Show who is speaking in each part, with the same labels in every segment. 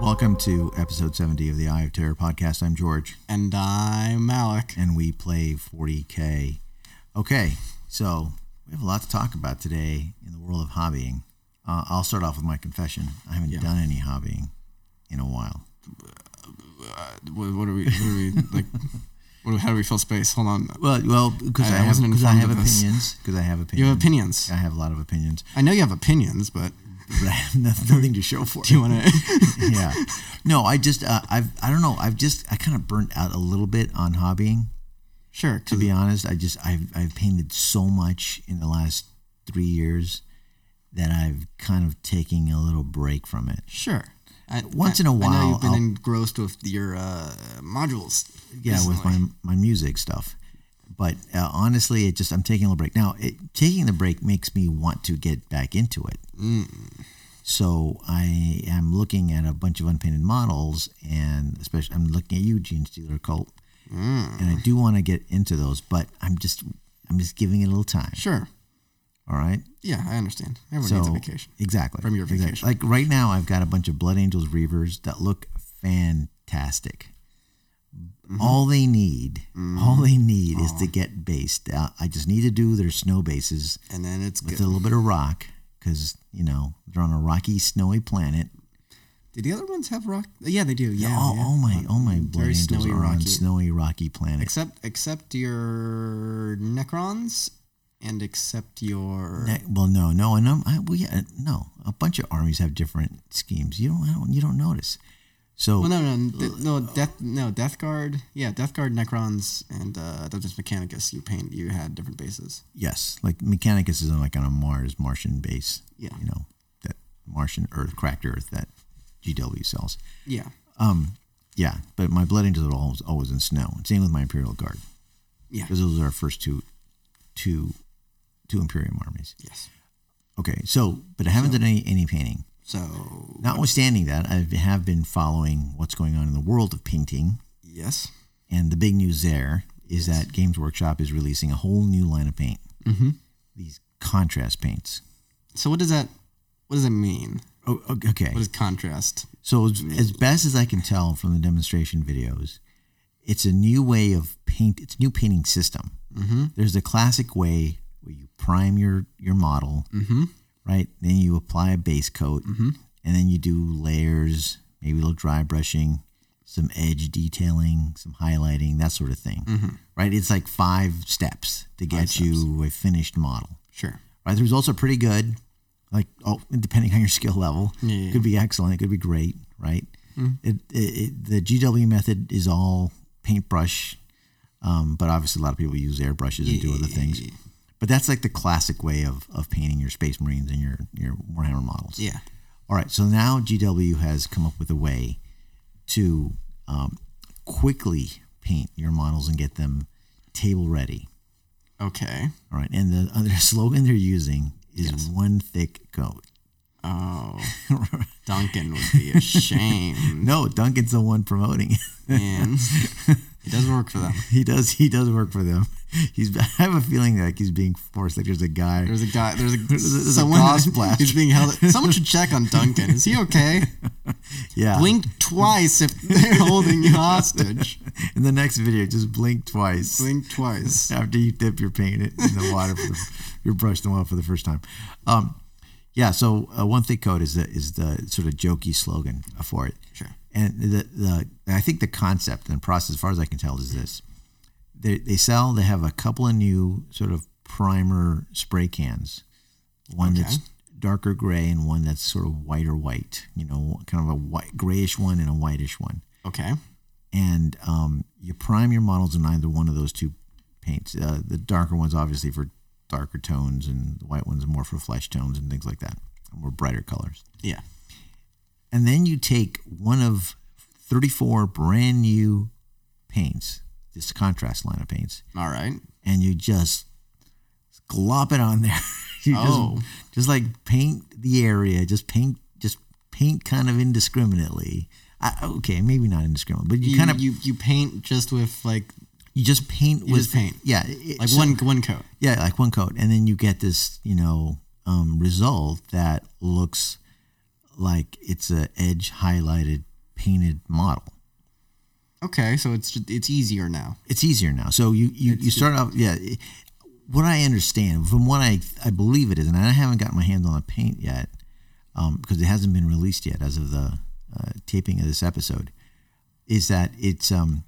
Speaker 1: Welcome to episode 70 of the Eye of Terror podcast. I'm George,
Speaker 2: And I'm Alec.
Speaker 1: and we play 40K. Okay, so we have a lot to talk about today in the world of hobbying. Uh, I'll start off with my confession. I haven't done any hobbying in a while.
Speaker 2: Uh, What, what are we? What are we like? What, how do we fill space? Hold on.
Speaker 1: Well, well, because I,
Speaker 2: I
Speaker 1: have,
Speaker 2: wasn't
Speaker 1: cause I
Speaker 2: informed
Speaker 1: have
Speaker 2: of this.
Speaker 1: opinions. Because I have opinions.
Speaker 2: You have opinions.
Speaker 1: I have a lot of opinions,
Speaker 2: I know you have opinions, but
Speaker 1: but I have noth- nothing to show for it.
Speaker 2: do you want to?
Speaker 1: yeah. No, I just uh, I've I don't know. I've just I kind of burnt out a little bit on hobbying.
Speaker 2: sure.
Speaker 1: To be honest, I just I've I've painted so much in the last three years that I've kind of taking a little break from it.
Speaker 2: Sure. I,
Speaker 1: Once in a
Speaker 2: I- I know
Speaker 1: while,
Speaker 2: you've been
Speaker 1: I'll-
Speaker 2: engrossed with your uh, modules.
Speaker 1: Yeah, with
Speaker 2: recently.
Speaker 1: my my music stuff. But uh, honestly, it just I'm taking a little break now. It, taking the break makes me want to get back into it. So I am looking at a bunch of unpainted models, and especially I'm looking at you, Gene Steeler Colt, and I do want to get into those, but I'm just I'm just giving it a little time.
Speaker 2: Sure.
Speaker 1: All right.
Speaker 2: Yeah, I understand. Everyone
Speaker 1: so
Speaker 2: needs a vacation.
Speaker 1: exactly
Speaker 2: From your
Speaker 1: exactly.
Speaker 2: vacation.
Speaker 1: Like right now, I've got a bunch of Blood Angels Reavers that look fantastic.
Speaker 2: Mm-hmm.
Speaker 1: All they need, all they need is to get based. Uh, I just need to do their snow bases
Speaker 2: And then it's
Speaker 1: with
Speaker 2: good.
Speaker 1: a little bit of rock because you know they're on a rocky, snowy planet.
Speaker 2: Did the other ones have rock? Yeah, they do. Yeah.
Speaker 1: oh,
Speaker 2: yeah.
Speaker 1: oh my, oh my! Blood
Speaker 2: Very
Speaker 1: Angels
Speaker 2: snowy,
Speaker 1: are on
Speaker 2: rocky.
Speaker 1: snowy, rocky planets.
Speaker 2: Except, except your Necrons, and except your.
Speaker 1: Ne- well, no, no, and I'm, I, well, yeah, no. A bunch of armies have different schemes. You don't, I don't you don't notice. So
Speaker 2: Well, no, no, th-
Speaker 1: oh.
Speaker 2: no, death, no, Death Guard. Yeah, Death Guard, Necrons, and uh, Dungeons Mechanicus. You paint. You had different bases.
Speaker 1: Yes, like Mechanicus is on like on a Mars Martian base.
Speaker 2: Yeah.
Speaker 1: you know that Martian Earth, cracked Earth that GW sells.
Speaker 2: Yeah,
Speaker 1: Um, yeah, but my Blood Angels are always always in snow. And same with my Imperial Guard
Speaker 2: yeah,
Speaker 1: because those are our first two, two, two Imperium armies.
Speaker 2: yes.
Speaker 1: Okay, so but I haven't done any any painting.
Speaker 2: So
Speaker 1: Notwithstanding that, I have been following what's going on in the world of painting,
Speaker 2: yes,
Speaker 1: and the big news there is that Games Workshop is releasing a whole new line of paint.
Speaker 2: mm-hmm.
Speaker 1: These contrast paints.
Speaker 2: So what does that? What does it mean?
Speaker 1: Oh, okay.
Speaker 2: What is contrast?
Speaker 1: So, as, as best as I can tell from the demonstration videos, it's a new way of paint. It's a new painting system. Mm-hmm. There's the classic way where you prime your your model, mm-hmm. right? Then you apply a base coat, and then you do layers, maybe a little dry brushing, some edge detailing, some highlighting, that sort of thing, right? It's like Mm-hmm. five steps to get you a finished model
Speaker 2: Sure.
Speaker 1: right? The results are pretty good. Like, oh, depending on your skill level,
Speaker 2: Yeah, yeah, Mm-hmm.
Speaker 1: it could be excellent. It could be great, right? It, it, it, the GW method is all paintbrush, um, but obviously a lot of people use airbrushes and do other things. But that's like the classic way of, of painting your Space Marines and your your Warhammer models.
Speaker 2: Yeah.
Speaker 1: All right, so now GW has come up with a way to um, quickly paint your models and get them table ready.
Speaker 2: Okay.
Speaker 1: All right, and the other slogan they're using is one thick coat.
Speaker 2: Oh, Duncan would be ashamed.
Speaker 1: no, Duncan's the one promoting. it.
Speaker 2: Man, it does work for them.
Speaker 1: he does. He does work for them. He's. I have a feeling like he's being forced. Like there's a guy.
Speaker 2: There's a guy. There's a
Speaker 1: there's a
Speaker 2: someone.
Speaker 1: gauze blast.
Speaker 2: He's being held. Someone should check on Duncan. Is he okay?
Speaker 1: yeah.
Speaker 2: Blink twice if they're holding you hostage.
Speaker 1: In the next video, just blink twice
Speaker 2: Blink twice.
Speaker 1: after you dip your paint in the water. For the, you brush them off for the first time. Um, yeah. So uh, one thick coat is the is the sort of jokey slogan for it.
Speaker 2: Sure.
Speaker 1: And the the I think the concept and process, as far as I can tell, is this: they they sell. They have a couple of new sort of primer spray cans, one that's darker gray and one that's sort of whiter white. You know, kind of a white grayish one and a whitish one.
Speaker 2: Okay.
Speaker 1: And um, you prime your models in either one of those two paints. Uh, the darker ones, obviously, for darker tones, and the white ones more for flesh tones and things like that, more brighter colors
Speaker 2: Yeah.
Speaker 1: and then you take one of 34 brand new paints, this contrast line of paints,
Speaker 2: All right.
Speaker 1: and you just glop it on there. you
Speaker 2: Oh.
Speaker 1: just, just like paint the area, just paint, just paint kind of indiscriminately. I, okay, maybe not indiscriminately, but you,
Speaker 2: You
Speaker 1: kind of
Speaker 2: you, you paint just with like
Speaker 1: you just paint with
Speaker 2: just paint.
Speaker 1: yeah, it-
Speaker 2: like
Speaker 1: so-
Speaker 2: one one coat.
Speaker 1: yeah, like one coat, and then you get this, you know, um, result that looks like it's a edge highlighted painted model.
Speaker 2: Okay, so it's it's easier now.
Speaker 1: It's easier now. So you you, you start off yeah. it- What I understand from what I I believe it is, and I haven't gotten my hands on the paint yet um, because it hasn't been released yet as of the uh, taping of this episode, is that it's um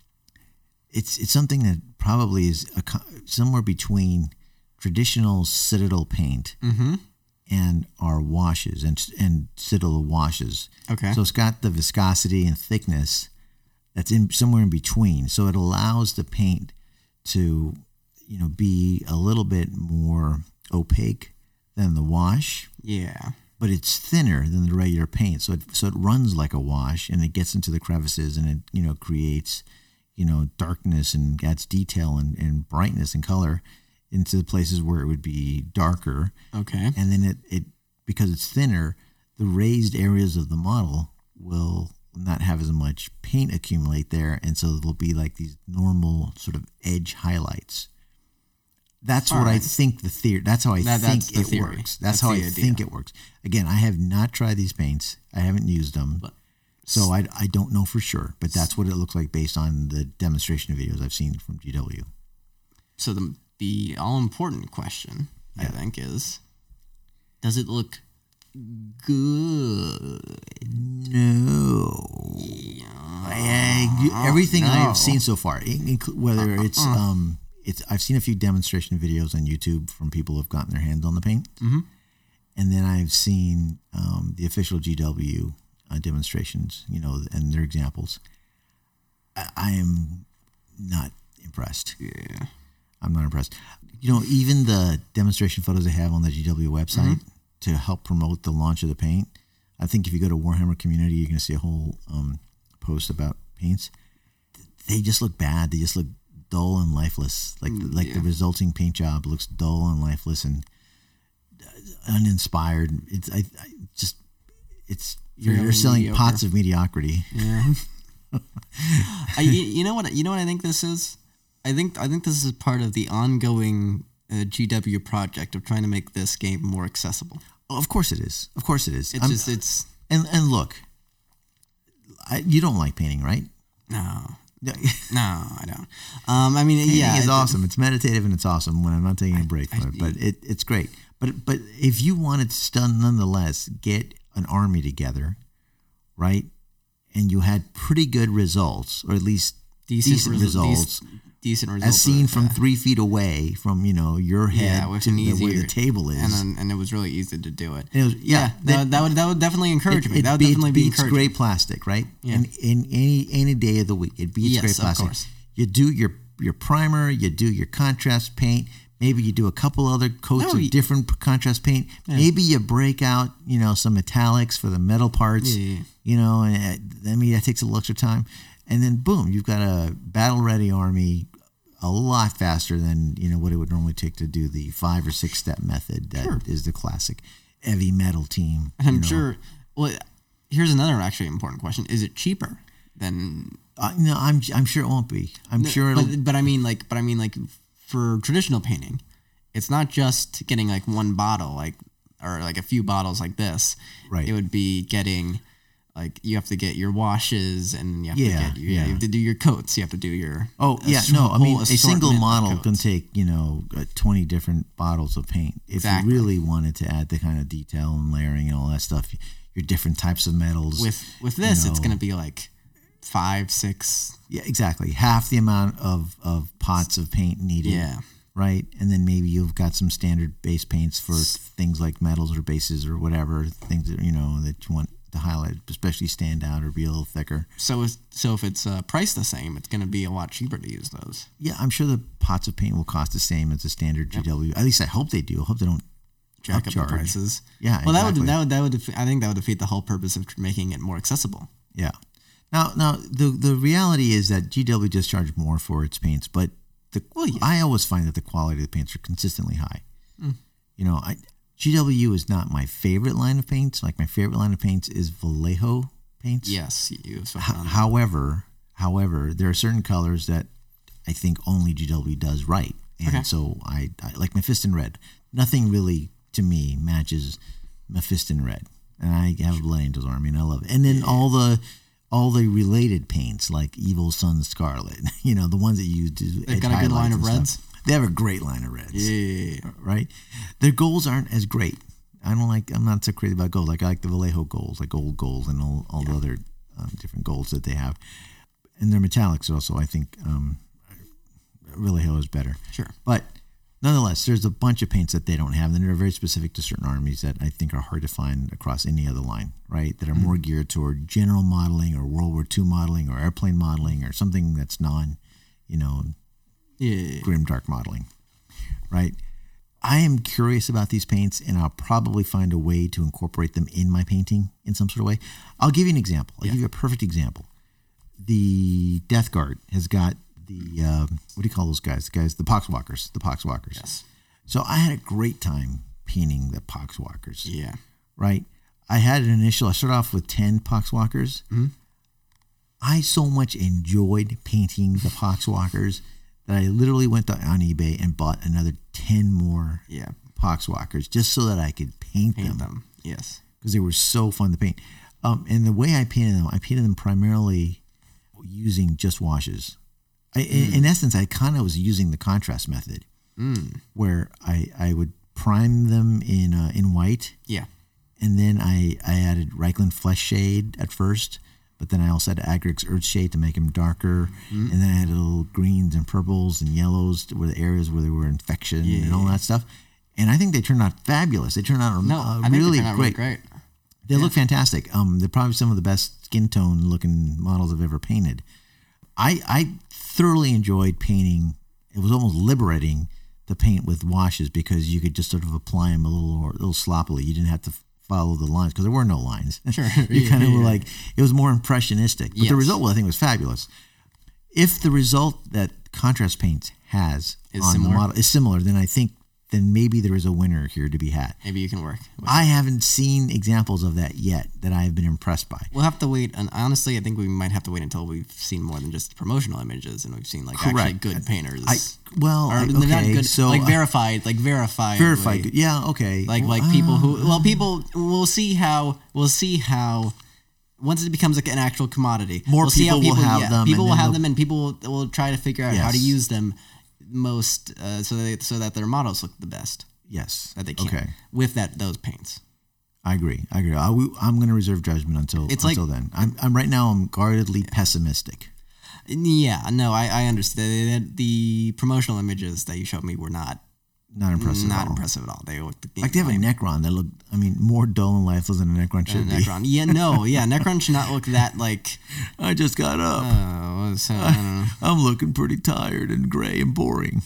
Speaker 1: it's it's something that probably is a, co- somewhere between traditional citadel paint and our washes and and citadel washes.
Speaker 2: Okay.
Speaker 1: So it's got the viscosity and thickness that's in somewhere in between. So it allows the paint to, you know, be a little bit more opaque than the wash,
Speaker 2: yeah.
Speaker 1: but it's thinner than the regular paint. So it so it runs like a wash and it gets into the crevices and it, you know, creates, you know, darkness and adds detail and, and brightness and color into the places where it would be darker
Speaker 2: Okay.
Speaker 1: and then it, it because it's thinner, the raised areas of the model will not have as much paint accumulate there, and so it'll be like these normal sort of edge highlights. That's
Speaker 2: All
Speaker 1: what I
Speaker 2: right.
Speaker 1: think the theory. That's how I
Speaker 2: That-
Speaker 1: think
Speaker 2: that's the
Speaker 1: it
Speaker 2: theory.
Speaker 1: works. That's,
Speaker 2: That's
Speaker 1: how I
Speaker 2: the idea.
Speaker 1: think it works. Again, I have not tried these paints. I haven't used them, so I, I don't know for sure. But that's what it looks like based on the demonstration videos I've seen from GW.
Speaker 2: So the the all important question I think is, does it look good?
Speaker 1: No. I- I- you- everything I have seen so far, in- inclu- whether it's um, it's I've seen a few demonstration videos on YouTube from people who've gotten their hands on the paint, and then I've seen um, the official GW uh, demonstrations, you know, and their examples. I, I am not impressed.
Speaker 2: Yeah.
Speaker 1: I'm not impressed. You know, even the demonstration photos they have on the GW website
Speaker 2: Mm-hmm.
Speaker 1: to help promote the launch of the paint. I think if you go to Warhammer community, you're going to see a whole um, post about paints. They just look bad. They just look dull and lifeless. Like
Speaker 2: Mm,
Speaker 1: like the resulting paint job looks dull and lifeless and uh, uninspired. It's I, I just it's you're,
Speaker 2: Fairly
Speaker 1: you're selling
Speaker 2: mediocre.
Speaker 1: pots of mediocrity.
Speaker 2: Yeah. I, you- you know what? You know what I think this is. I think I think this is part of the ongoing uh, GW project of trying to make this game more accessible.
Speaker 1: Oh, of course it is. Of course it is.
Speaker 2: It's
Speaker 1: I'm-
Speaker 2: just it's
Speaker 1: and and look, I, you don't like painting, right?
Speaker 2: no,
Speaker 1: No,
Speaker 2: no, I don't. Um, I mean, yeah,
Speaker 1: yeah, it's
Speaker 2: I-
Speaker 1: awesome. It's meditative and it's awesome when I'm not taking a break from it. But it, it's great. But but if you wanted to still nonetheless get an army together, right? And you had pretty good results, or at least decent,
Speaker 2: resu- dec-
Speaker 1: results,
Speaker 2: decent results,
Speaker 1: as seen
Speaker 2: but-
Speaker 1: from three feet away from you know your head
Speaker 2: Yeah, with
Speaker 1: to
Speaker 2: an
Speaker 1: the, where the
Speaker 2: easier-
Speaker 1: table is.
Speaker 2: and then, and it was really easy to do it.
Speaker 1: And it was- yeah,
Speaker 2: No, that, would that would definitely encourage me.
Speaker 1: it
Speaker 2: That would
Speaker 1: beats-
Speaker 2: definitely be
Speaker 1: beats gray
Speaker 2: encouraging.
Speaker 1: plastic, right? And in any any day of the week, it beats
Speaker 2: Yes,
Speaker 1: gray
Speaker 2: of
Speaker 1: plastic.
Speaker 2: course.
Speaker 1: You do your your primer, you do your contrast paint. Maybe you do a couple other coats
Speaker 2: No,
Speaker 1: of
Speaker 2: you-
Speaker 1: different p- contrast paint. Maybe you break out, you know, some metallics for the metal parts.
Speaker 2: Yeah, yeah, yeah.
Speaker 1: You know, and that- I mean that takes a little extra time, and then boom, you've got a battle ready army. A lot faster than you know what it would normally take to do the five or six step method that is the classic heavy metal team.
Speaker 2: I'm
Speaker 1: you know.
Speaker 2: sure. Well, here's another actually important question: Is it cheaper than?
Speaker 1: Uh, no, I'm I'm sure it won't be. I'm sure it'll.
Speaker 2: But, but I mean, like, but I mean, like, for traditional painting, it's not just getting like one bottle, like, or like a few bottles like this.
Speaker 1: Right.
Speaker 2: It would be getting. Like you have to get your washes, and you have
Speaker 1: Yeah,
Speaker 2: to get your, yeah.
Speaker 1: yeah.
Speaker 2: you have to do your coats. You have to do your
Speaker 1: oh yeah,
Speaker 2: assort-
Speaker 1: no. I mean,
Speaker 2: whole
Speaker 1: a single
Speaker 2: assortment of
Speaker 1: model
Speaker 2: coats.
Speaker 1: can take you know uh, twenty different bottles of paint. If
Speaker 2: Exactly.
Speaker 1: you really wanted to add the kind of detail and layering and all that stuff, your different types of metals.
Speaker 2: with with this, it's
Speaker 1: know.
Speaker 2: gonna be like five, six.
Speaker 1: yeah, exactly half the amount of of pots of paint needed.
Speaker 2: Yeah,
Speaker 1: Right, and then maybe you've got some standard base paints for things like metals or bases or whatever things that you know that you want to highlight, especially stand out or be a little thicker.
Speaker 2: So is so if it's uh, priced the same, it's going to be a lot cheaper to use those.
Speaker 1: Yeah, I'm sure the pots of paint will cost the same as the standard GW. At least I hope they do. I hope they don't
Speaker 2: Jack up the
Speaker 1: Upcharge.
Speaker 2: prices.
Speaker 1: Yeah,
Speaker 2: Well,
Speaker 1: exactly.
Speaker 2: that would that would that would defe- I think that would defeat the whole purpose of making it more accessible.
Speaker 1: Yeah. Now, now the the reality is that GW just charged more for its paints, but the I always find that the quality of the paints are consistently high. You know, I, GW is not my favorite line of paints. Like my favorite line of paints is Vallejo paints.
Speaker 2: Yes, you. have spoken
Speaker 1: H-
Speaker 2: on that.
Speaker 1: however, however, there are certain colors that I think only GW does right, and
Speaker 2: Okay.
Speaker 1: so I, I like Mephiston Red. Nothing really to me matches Mephiston Red, and I have a Blood Angels army, and I love it. And then all the all the related paints like Evil Sun Scarlet, you know, the ones that you do.
Speaker 2: They've got a good line of reds.
Speaker 1: They have a great line of reds,
Speaker 2: Yeah.
Speaker 1: right? Their goals aren't as great. I don't like. I'm not so crazy about gold. Like I like the Vallejo golds, like gold gold, and all, all the other um, different golds that they have. And their metallics also. I think um, Vallejo is better.
Speaker 2: Sure.
Speaker 1: But nonetheless, there's a bunch of paints that they don't have, and they're very specific to certain armies that I think are hard to find across any other line, right? That are more geared toward general modeling or World War II modeling or airplane modeling or something that's non, you know,
Speaker 2: Yeah.
Speaker 1: grim dark modeling, right? I am curious about these paints, and I'll probably find a way to incorporate them in my painting in some sort of way. I'll give you an example. I'll give you a perfect example. The Death Guard has got the um, what do you call those guys? The guys, the Poxwalkers, the Poxwalkers.
Speaker 2: Yes.
Speaker 1: So I had a great time painting the Poxwalkers
Speaker 2: Yeah.
Speaker 1: right? I had an initial. I started off with ten poxwalkers. I so much enjoyed painting the poxwalkers that I literally went to, on eBay and bought another ten more
Speaker 2: Yeah.
Speaker 1: poxwalkers just so that I could paint,
Speaker 2: Paint
Speaker 1: them
Speaker 2: them. Yes.
Speaker 1: because they were so fun to paint. Um, and the way I painted them, I painted them primarily using just washes. I, in, in essence, I kind of was using the contrast method, where I I would prime them in uh, in white
Speaker 2: Yeah.
Speaker 1: and then I, I added Reichland Flesh Shade at first, but then I also had Agrix Earth Shade to make them darker.
Speaker 2: Mm-hmm.
Speaker 1: And then I added little greens and purples and yellows to where the areas where there were infection and all that stuff. And I think they turned out fabulous. They turned out
Speaker 2: No,
Speaker 1: uh,
Speaker 2: I think
Speaker 1: really,
Speaker 2: they're
Speaker 1: great.
Speaker 2: not really great.
Speaker 1: They look fantastic. Um, they're probably some of the best skin tone looking models I've ever painted. I I thoroughly enjoyed painting. It was almost liberating to paint with washes because you could just sort of apply them a little or a little sloppily. You didn't have to f- follow the lines because there were no lines. Sure, you
Speaker 2: Yeah,
Speaker 1: kind of
Speaker 2: yeah,
Speaker 1: were
Speaker 2: yeah.
Speaker 1: like it was more impressionistic. But
Speaker 2: Yes.
Speaker 1: the result, I think, was fabulous. If the result that contrast paints has
Speaker 2: Is
Speaker 1: on
Speaker 2: similar.
Speaker 1: the model is similar, then I think then maybe there is a winner here to be had.
Speaker 2: Maybe you can work. with-
Speaker 1: I haven't seen examples of that yet that I've been impressed by.
Speaker 2: We'll have to wait. And honestly, I think we might have to wait until we've seen more than just promotional images and we've seen like actually
Speaker 1: Correct.
Speaker 2: good painters.
Speaker 1: I well,
Speaker 2: or
Speaker 1: I-
Speaker 2: they're not
Speaker 1: okay,
Speaker 2: good,
Speaker 1: so
Speaker 2: like
Speaker 1: I-
Speaker 2: verified, like verified,
Speaker 1: verified. Yeah, okay.
Speaker 2: like like people who well people we'll see how we'll see how once it becomes like an actual commodity
Speaker 1: More
Speaker 2: we'll see how
Speaker 1: people will have them,
Speaker 2: people
Speaker 1: and
Speaker 2: will
Speaker 1: then
Speaker 2: have
Speaker 1: they'll-
Speaker 2: them and people will, will try to figure out how to
Speaker 1: Yes.
Speaker 2: use them most uh, so they, so that their models look the best
Speaker 1: yes,
Speaker 2: that they can
Speaker 1: Okay,
Speaker 2: with that those paints
Speaker 1: I agree. I agree. I, am going to reserve judgment until
Speaker 2: It's like-
Speaker 1: until then. I'm, I'm right now. I'm guardedly pessimistic.
Speaker 2: yeah no I, I understand the promotional images that you showed me were not
Speaker 1: Not impressive.
Speaker 2: not
Speaker 1: at all.
Speaker 2: impressive at all they looked
Speaker 1: Like they have a Necron that look. I mean, more dull and lifeless than a Necron should be.
Speaker 2: Necron yeah no yeah Necron should not look that like
Speaker 1: I just got up.
Speaker 2: oh so, I don't know.
Speaker 1: I'm looking pretty tired and gray and boring.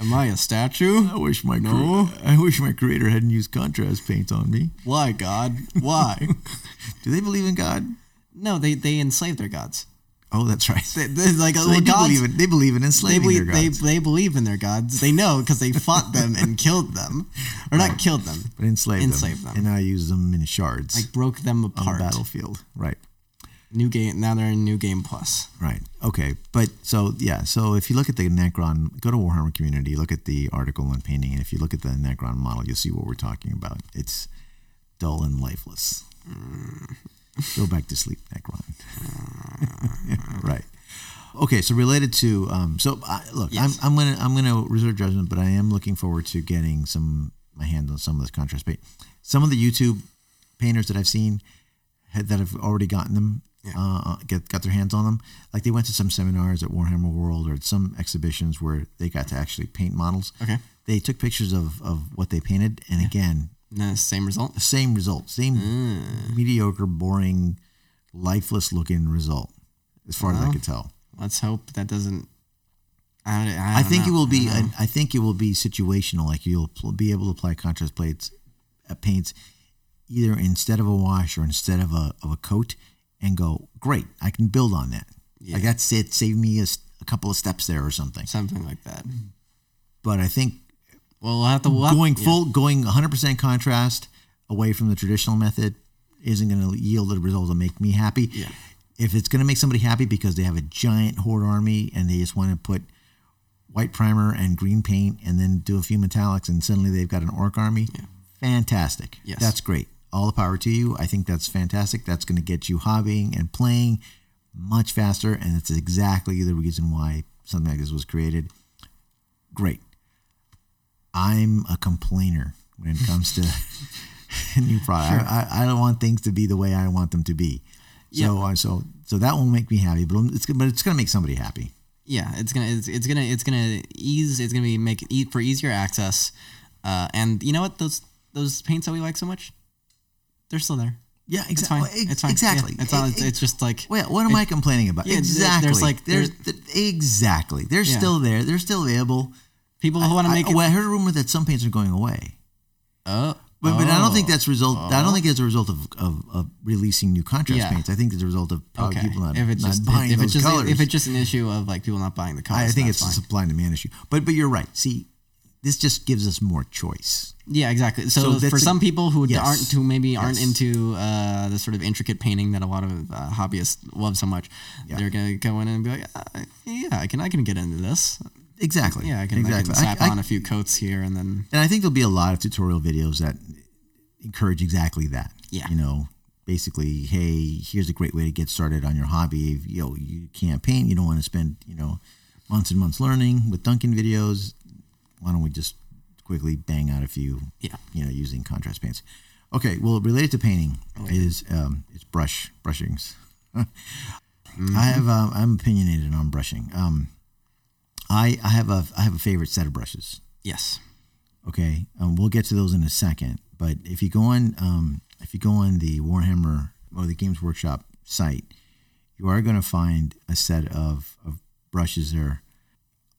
Speaker 2: am I a statue
Speaker 1: I wish my no. I wish my creator hadn't used contrast paints on me.
Speaker 2: why God why.
Speaker 1: Do they believe in God?
Speaker 2: No, they they enslave their gods.
Speaker 1: Oh, that's right.
Speaker 2: They, they're like
Speaker 1: So they
Speaker 2: well,
Speaker 1: do
Speaker 2: gods.
Speaker 1: believe in they believe in
Speaker 2: they
Speaker 1: enslaving
Speaker 2: believe
Speaker 1: their
Speaker 2: they,
Speaker 1: gods,
Speaker 2: they believe in their gods. They know because they fought them and killed them, or not killed them,
Speaker 1: but enslave,
Speaker 2: enslave them.
Speaker 1: them, and now use them in shards
Speaker 2: like broke them
Speaker 1: on the
Speaker 2: apart.
Speaker 1: battlefield. Right,
Speaker 2: New game. Now they're in new game plus.
Speaker 1: right, okay. But so yeah, so if you look at the Necron, go to Warhammer Community, look at the article on painting, and if you look at the Necron model, you'll see what we're talking about. It's dull and lifeless. go back to sleep, Necron. right. Okay, so related to um, so I, look,
Speaker 2: Yes.
Speaker 1: I'm, I'm gonna I'm gonna reserve judgment, but I am looking forward to getting some my hands on some of this contrast paint. Some of the YouTube painters that I've seen had, that have already gotten them uh, get got their hands on them. Like they went to some seminars at Warhammer World or at some exhibitions where they got to actually paint models.
Speaker 2: Okay.
Speaker 1: they took pictures of of what they painted, and again,
Speaker 2: No, same result.
Speaker 1: same result, same
Speaker 2: Mm.
Speaker 1: mediocre, boring, lifeless looking result, as far as I could tell.
Speaker 2: Let's hope that doesn't. I, don't- I,
Speaker 1: I
Speaker 2: don't
Speaker 1: think it
Speaker 2: know.
Speaker 1: will be. I, I think it will be situational. Like you'll pl- be able to apply contrast plates, uh, paints, either instead of a wash or instead of a of a coat, and go great. I can build on that. Like that's it. Save me a, s- a couple of steps there or something.
Speaker 2: something like that.
Speaker 1: But I think
Speaker 2: Well, we'll have to we'll have-
Speaker 1: going
Speaker 2: yeah.
Speaker 1: full, going 100 percent contrast away from the traditional method isn't going to yield the results that make me happy.
Speaker 2: Yeah.
Speaker 1: If it's going to make somebody happy because they have a giant horde army and they just want to put white primer and green paint and then do a few metallics and suddenly they've got an orc army, fantastic.
Speaker 2: Yes.
Speaker 1: That's great. all the power to you. I think that's fantastic. That's going to get you hobbying and playing much faster. And that's exactly the reason why something like this was created. Great. I'm a complainer when it comes to new product. I, I, I don't want things to be the way I want them to be. So uh, so so that won't make me happy, but it's but it's going to make somebody happy.
Speaker 2: yeah it's gonna it's, it's gonna it's gonna ease it's gonna be make e- for easier access uh, and you know what those those paints that we like so much they're still there
Speaker 1: Yeah,
Speaker 2: it's fine
Speaker 1: exactly.
Speaker 2: it's fine Yeah,
Speaker 1: Exactly.
Speaker 2: it's, all,
Speaker 1: It-
Speaker 2: it's,
Speaker 1: it-
Speaker 2: it's just like
Speaker 1: Well, what am I complaining about?
Speaker 2: Yeah, th- there's
Speaker 1: exactly.
Speaker 2: like-
Speaker 1: there's, th- exactly. They're
Speaker 2: Yeah.
Speaker 1: still there. They're still available.
Speaker 2: people who want to
Speaker 1: I,
Speaker 2: make it
Speaker 1: well, I heard a rumor that some paints are going away,
Speaker 2: oh,
Speaker 1: but, but I don't think
Speaker 2: oh.
Speaker 1: that's result. I don't think it's a result of, of, of releasing new contrast
Speaker 2: Yeah.
Speaker 1: paints. I think it's a result of probably
Speaker 2: okay
Speaker 1: people not,
Speaker 2: if it's
Speaker 1: not
Speaker 2: just
Speaker 1: buying
Speaker 2: if
Speaker 1: those
Speaker 2: it's just
Speaker 1: colors.
Speaker 2: if it's just an issue of like people not buying the colors
Speaker 1: I think it's
Speaker 2: that's
Speaker 1: a
Speaker 2: fine.
Speaker 1: supply and demand issue. But but you're right. See, this just gives us more choice.
Speaker 2: yeah exactly
Speaker 1: So
Speaker 2: so,
Speaker 1: that's
Speaker 2: for
Speaker 1: a-
Speaker 2: some people who
Speaker 1: Yes.
Speaker 2: aren't who maybe aren't
Speaker 1: Yes.
Speaker 2: into uh, the sort of intricate painting that a lot of uh, hobbyists love so much
Speaker 1: Yeah.
Speaker 2: they're gonna go in and be like uh, yeah I can I can get into this
Speaker 1: Exactly.
Speaker 2: Yeah, I can,
Speaker 1: exactly.
Speaker 2: I can slap
Speaker 1: I-
Speaker 2: on a few coats here and then.
Speaker 1: And I think there'll be a lot of tutorial videos that encourage exactly that.
Speaker 2: Yeah.
Speaker 1: You know, basically, hey, here's a great way to get started on your hobby. If, You know, you can't paint, you don't want to spend, you know, months and months learning with Duncan videos. Why don't we just quickly bang out a few,
Speaker 2: Yeah.
Speaker 1: you know, using contrast paints. Okay, well, related to painting is um, is brush brushings.
Speaker 2: Mm-hmm.
Speaker 1: I have um, I'm opinionated on brushing. Um, I I have a I have a favorite set of brushes.
Speaker 2: Yes.
Speaker 1: Okay, um, we'll get to those in a second. But if you go on, um, if you go on the Warhammer or the Games Workshop site, you are going to find a set of, of brushes there.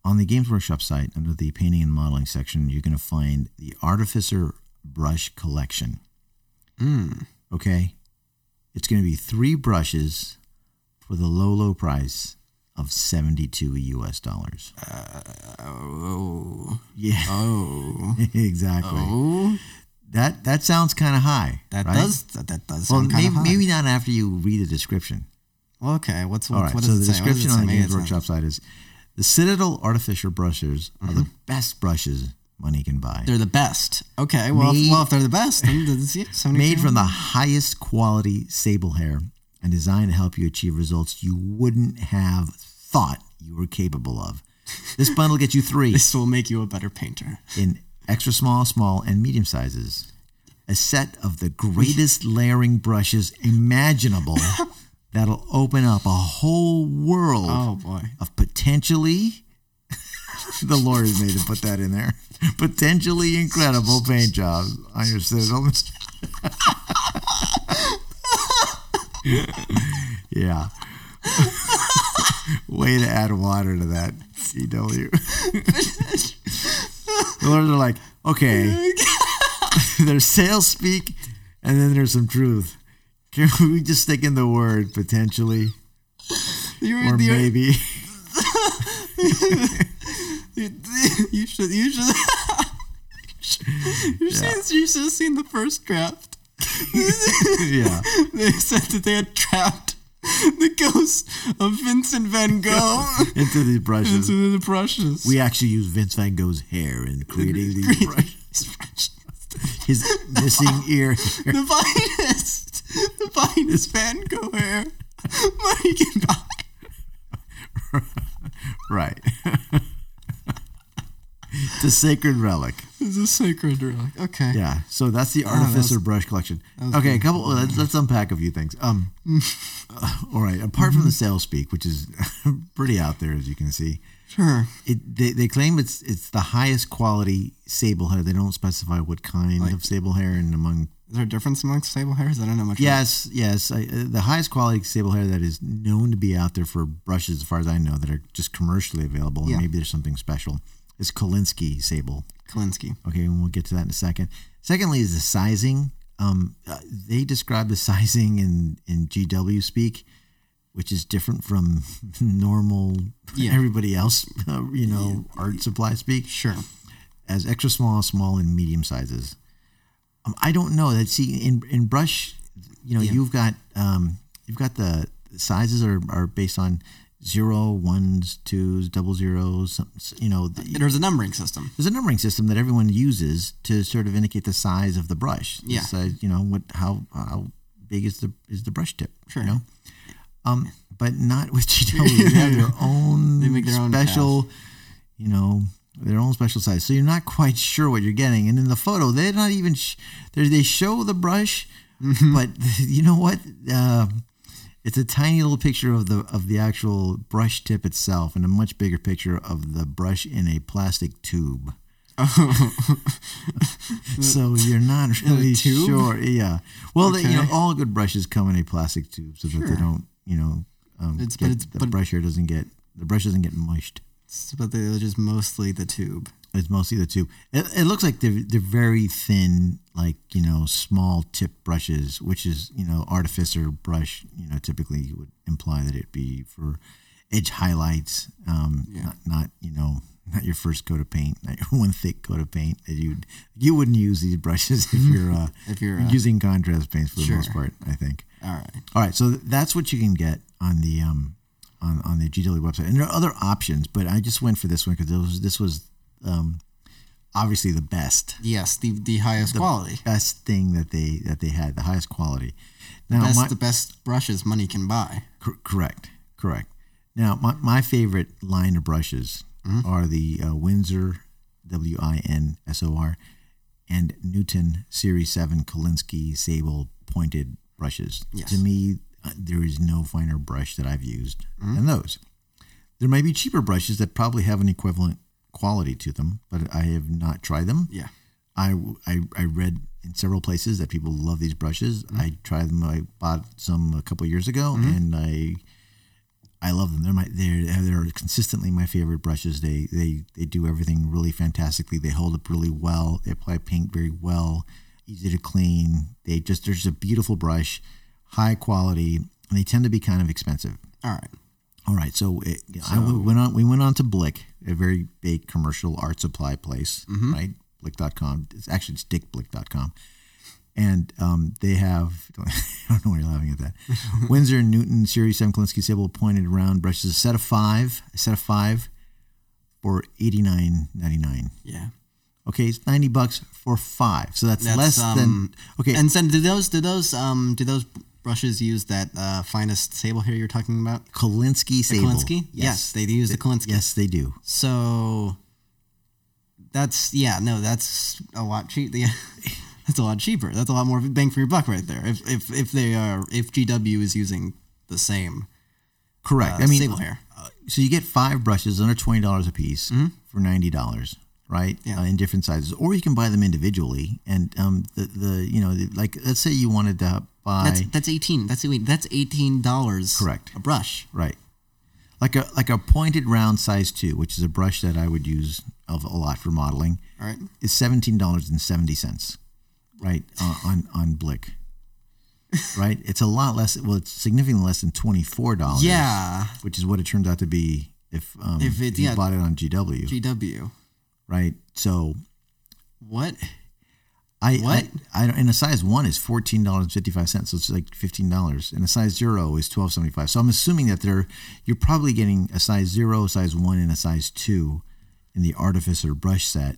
Speaker 1: On the Games Workshop site, under the painting and modeling section, you're going to find the Artificer brush collection. Okay, it's going to be three brushes for the low, low price of seventy-two U.S. dollars.
Speaker 2: Oh.
Speaker 1: Yeah,
Speaker 2: Oh.
Speaker 1: exactly.
Speaker 2: Oh.
Speaker 1: That that sounds kind of high.
Speaker 2: That
Speaker 1: right?
Speaker 2: does. That, that does.
Speaker 1: Well,
Speaker 2: Sound kind
Speaker 1: maybe,
Speaker 2: of high.
Speaker 1: maybe not after you read the description.
Speaker 2: Well, okay. What's what,
Speaker 1: All right.
Speaker 2: what
Speaker 1: so
Speaker 2: does
Speaker 1: the
Speaker 2: it say? What does
Speaker 1: description
Speaker 2: it say?
Speaker 1: on the
Speaker 2: Maybe
Speaker 1: Games
Speaker 2: it's not-
Speaker 1: Workshop site is the Citadel Artificial Brushes are the best brushes money can buy.
Speaker 2: Mm-hmm. They're the best. Okay. Well,
Speaker 1: Made-
Speaker 2: if, well, if they're the best, then that's- yeah, so many
Speaker 1: Made
Speaker 2: people-
Speaker 1: from the highest quality sable hair and designed to help you achieve results you wouldn't have thought you were capable of. This bundle gets you three
Speaker 2: This will make you a better painter.
Speaker 1: in extra small, small, and medium sizes. A set of the greatest layering brushes imaginable that'll open up a whole world
Speaker 2: Oh boy.
Speaker 1: of potentially the lawyers made to put that in there potentially incredible paint jobs on your citadel yeah way to add water to that cw the lawyers are like okay there's sales speak and then there's some truth can we just stick in the word potentially
Speaker 2: You,
Speaker 1: or maybe
Speaker 2: you should. You should. you, should you should have seen the first draft.
Speaker 1: yeah
Speaker 2: they said that they had trapped the ghost of Vincent Van Gogh
Speaker 1: into these brushes
Speaker 2: into the brushes.
Speaker 1: We actually use Vince Van Gogh's hair in creating these brush, his missing ear. hair.
Speaker 2: the finest, the finest Van Gogh hair money can buy.
Speaker 1: Right. the sacred relic.
Speaker 2: It's a sacred relic. Okay.
Speaker 1: Yeah. So that's the artificer brush collection. Okay, a couple. Let's, let's unpack a few things. Um. uh, all right. Apart from the sales speak, which is pretty out there as you can see,
Speaker 2: Sure.
Speaker 1: it they, they claim it's it's the highest quality sable hair. They don't specify what kind of sable hair, and among
Speaker 2: Is there a difference amongst sable hairs? I don't know much. about-
Speaker 1: Yes, yes. I, uh, the highest quality sable hair that is known to be out there for brushes, as far as I know, that are just commercially available,
Speaker 2: Yeah.
Speaker 1: and maybe there's something special, is Kolinsky sable.
Speaker 2: Kolinsky.
Speaker 1: Okay, and we'll get to that in a second. Secondly, is the sizing. Um, uh, they describe the sizing in, in GW speak, which is different from normal
Speaker 2: Yeah.
Speaker 1: everybody else, uh, you know, art supply speak
Speaker 2: Sure.
Speaker 1: as extra small, small, and medium sizes. Um, I don't know that. See, in in brush, you know, you've got um, you've got the the sizes are, are based on zero ones, twos, double zeros. some- You know, the-
Speaker 2: There's a numbering system.
Speaker 1: there's a numbering system that everyone uses to sort of indicate the size of the brush. The
Speaker 2: Yeah.
Speaker 1: size- you know what? How how big is the is the brush tip?
Speaker 2: Sure.
Speaker 1: You know? Um, but not with GW. They have their own
Speaker 2: They make their own
Speaker 1: special, you know, their own special size. So you're not quite sure what you're getting. And in the photo, they're not even. Sh- they're- they show the brush,
Speaker 2: Mm-hmm.
Speaker 1: but you know what? Uh, it's a tiny little picture of the of the actual brush tip itself, and a much bigger picture of the brush in a plastic tube. so you're not really
Speaker 2: tube?
Speaker 1: sure. Yeah. Well, they, you know,
Speaker 2: Okay.
Speaker 1: all good brushes come in a plastic tube so that they
Speaker 2: Sure.
Speaker 1: don't, you know, um,
Speaker 2: It's- but
Speaker 1: get,
Speaker 2: it's-
Speaker 1: the
Speaker 2: but-
Speaker 1: brush hair doesn't get the brush doesn't get mushed.
Speaker 2: S- But they're just mostly the tube.
Speaker 1: It's mostly the tube. It, it looks like they're they're very thin, like you know, small tip brushes, which is you know, artificer brush. You know, typically would imply that it'd be for edge highlights, um, not, not you know, not your first coat of paint, not your one thick coat of paint that you you wouldn't use these brushes if you're uh,
Speaker 2: If you're, uh,
Speaker 1: using contrast paints for the most
Speaker 2: Sure.
Speaker 1: part. I think.
Speaker 2: All right.
Speaker 1: All right, so th- that's what you can get on the um, on on the GW website, and there are other options, but I just went for this one because was, this was um, obviously the best
Speaker 2: Yes, the the highest quality.
Speaker 1: best thing that they that they had, the highest quality. Now,
Speaker 2: That's
Speaker 1: my,
Speaker 2: the best brushes money can buy.
Speaker 1: cor- correct, correct. Now, my, my favorite line of brushes are the uh, Windsor W I N S O R and Newton Series Seven Kolinsky Sable pointed brushes.
Speaker 2: Yes.
Speaker 1: To me, uh, there is no finer brush that I've used than those. There may be cheaper brushes that probably have an equivalent quality to them, but I have not tried them.
Speaker 2: Yeah.
Speaker 1: I, I, I read in several places that people love these brushes. I tried them. I bought some a couple years ago, and I I love them. They're my they're they're consistently my favorite brushes. They they they do everything really fantastically. They hold up really well. They apply paint very well. Easy to clean. They just they're just a beautiful brush, high quality, and they tend to be kind of expensive.
Speaker 2: All right.
Speaker 1: All right, so, it, I, we went on. We went on to Blick, a very big commercial art supply place,
Speaker 2: Mm-hmm.
Speaker 1: right? Blick.com. It's actually it's dickblick.com, and um, they have. I don't know why you're laughing at that. Windsor and Newton Series Seven Kolinsky Sable pointed round brushes, a set of five, a set of five, for eighty nine ninety nine.
Speaker 2: Yeah.
Speaker 1: Okay, it's ninety bucks for five, so that's,
Speaker 2: That's,
Speaker 1: less
Speaker 2: um,
Speaker 1: than okay.
Speaker 2: And so do those do those um do those brushes use that uh, finest sable hair you're talking about?
Speaker 1: Kolinsky Sable.
Speaker 2: Kolinsky? Yes, they use the Kolinsky.
Speaker 1: Yes, they do.
Speaker 2: So that's yeah, no, that's a lot cheap. Yeah. That's a lot cheaper. That's a lot more bang for your buck right there. If if if they are if GW is using the same
Speaker 1: Correct.
Speaker 2: uh,
Speaker 1: I mean,
Speaker 2: sable hair.
Speaker 1: so you get five brushes under twenty dollars a piece for ninety dollars, right?
Speaker 2: Mm-hmm. Yeah.
Speaker 1: Uh, in different sizes, or you can buy them individually. And um, the the you know the, like let's say you wanted to buy
Speaker 2: That's that's eighteen. That's wait, that's eighteen dollars.
Speaker 1: Correct.
Speaker 2: A brush.
Speaker 1: right, like a like a pointed round size two, which is a brush that I would use of a lot for modeling,
Speaker 2: All right.
Speaker 1: is seventeen dollars and seventy cents, right uh, on on Blick. right, it's a lot less. Well, it's significantly less than twenty four dollars.
Speaker 2: Yeah.
Speaker 1: which is what it turns out to be if um,
Speaker 2: If
Speaker 1: if,
Speaker 2: it's-
Speaker 1: you
Speaker 2: yeah.
Speaker 1: bought it on GW,
Speaker 2: GW.
Speaker 1: right? So
Speaker 2: What?
Speaker 1: I
Speaker 2: What?
Speaker 1: I, I don't- and a size one is fourteen dollars fifty five cents, so it's like fifteen dollars, and a size zero is twelve seventy five. So I'm assuming that they're you're probably getting a size zero, a size one, and a size two in the artificer brush set,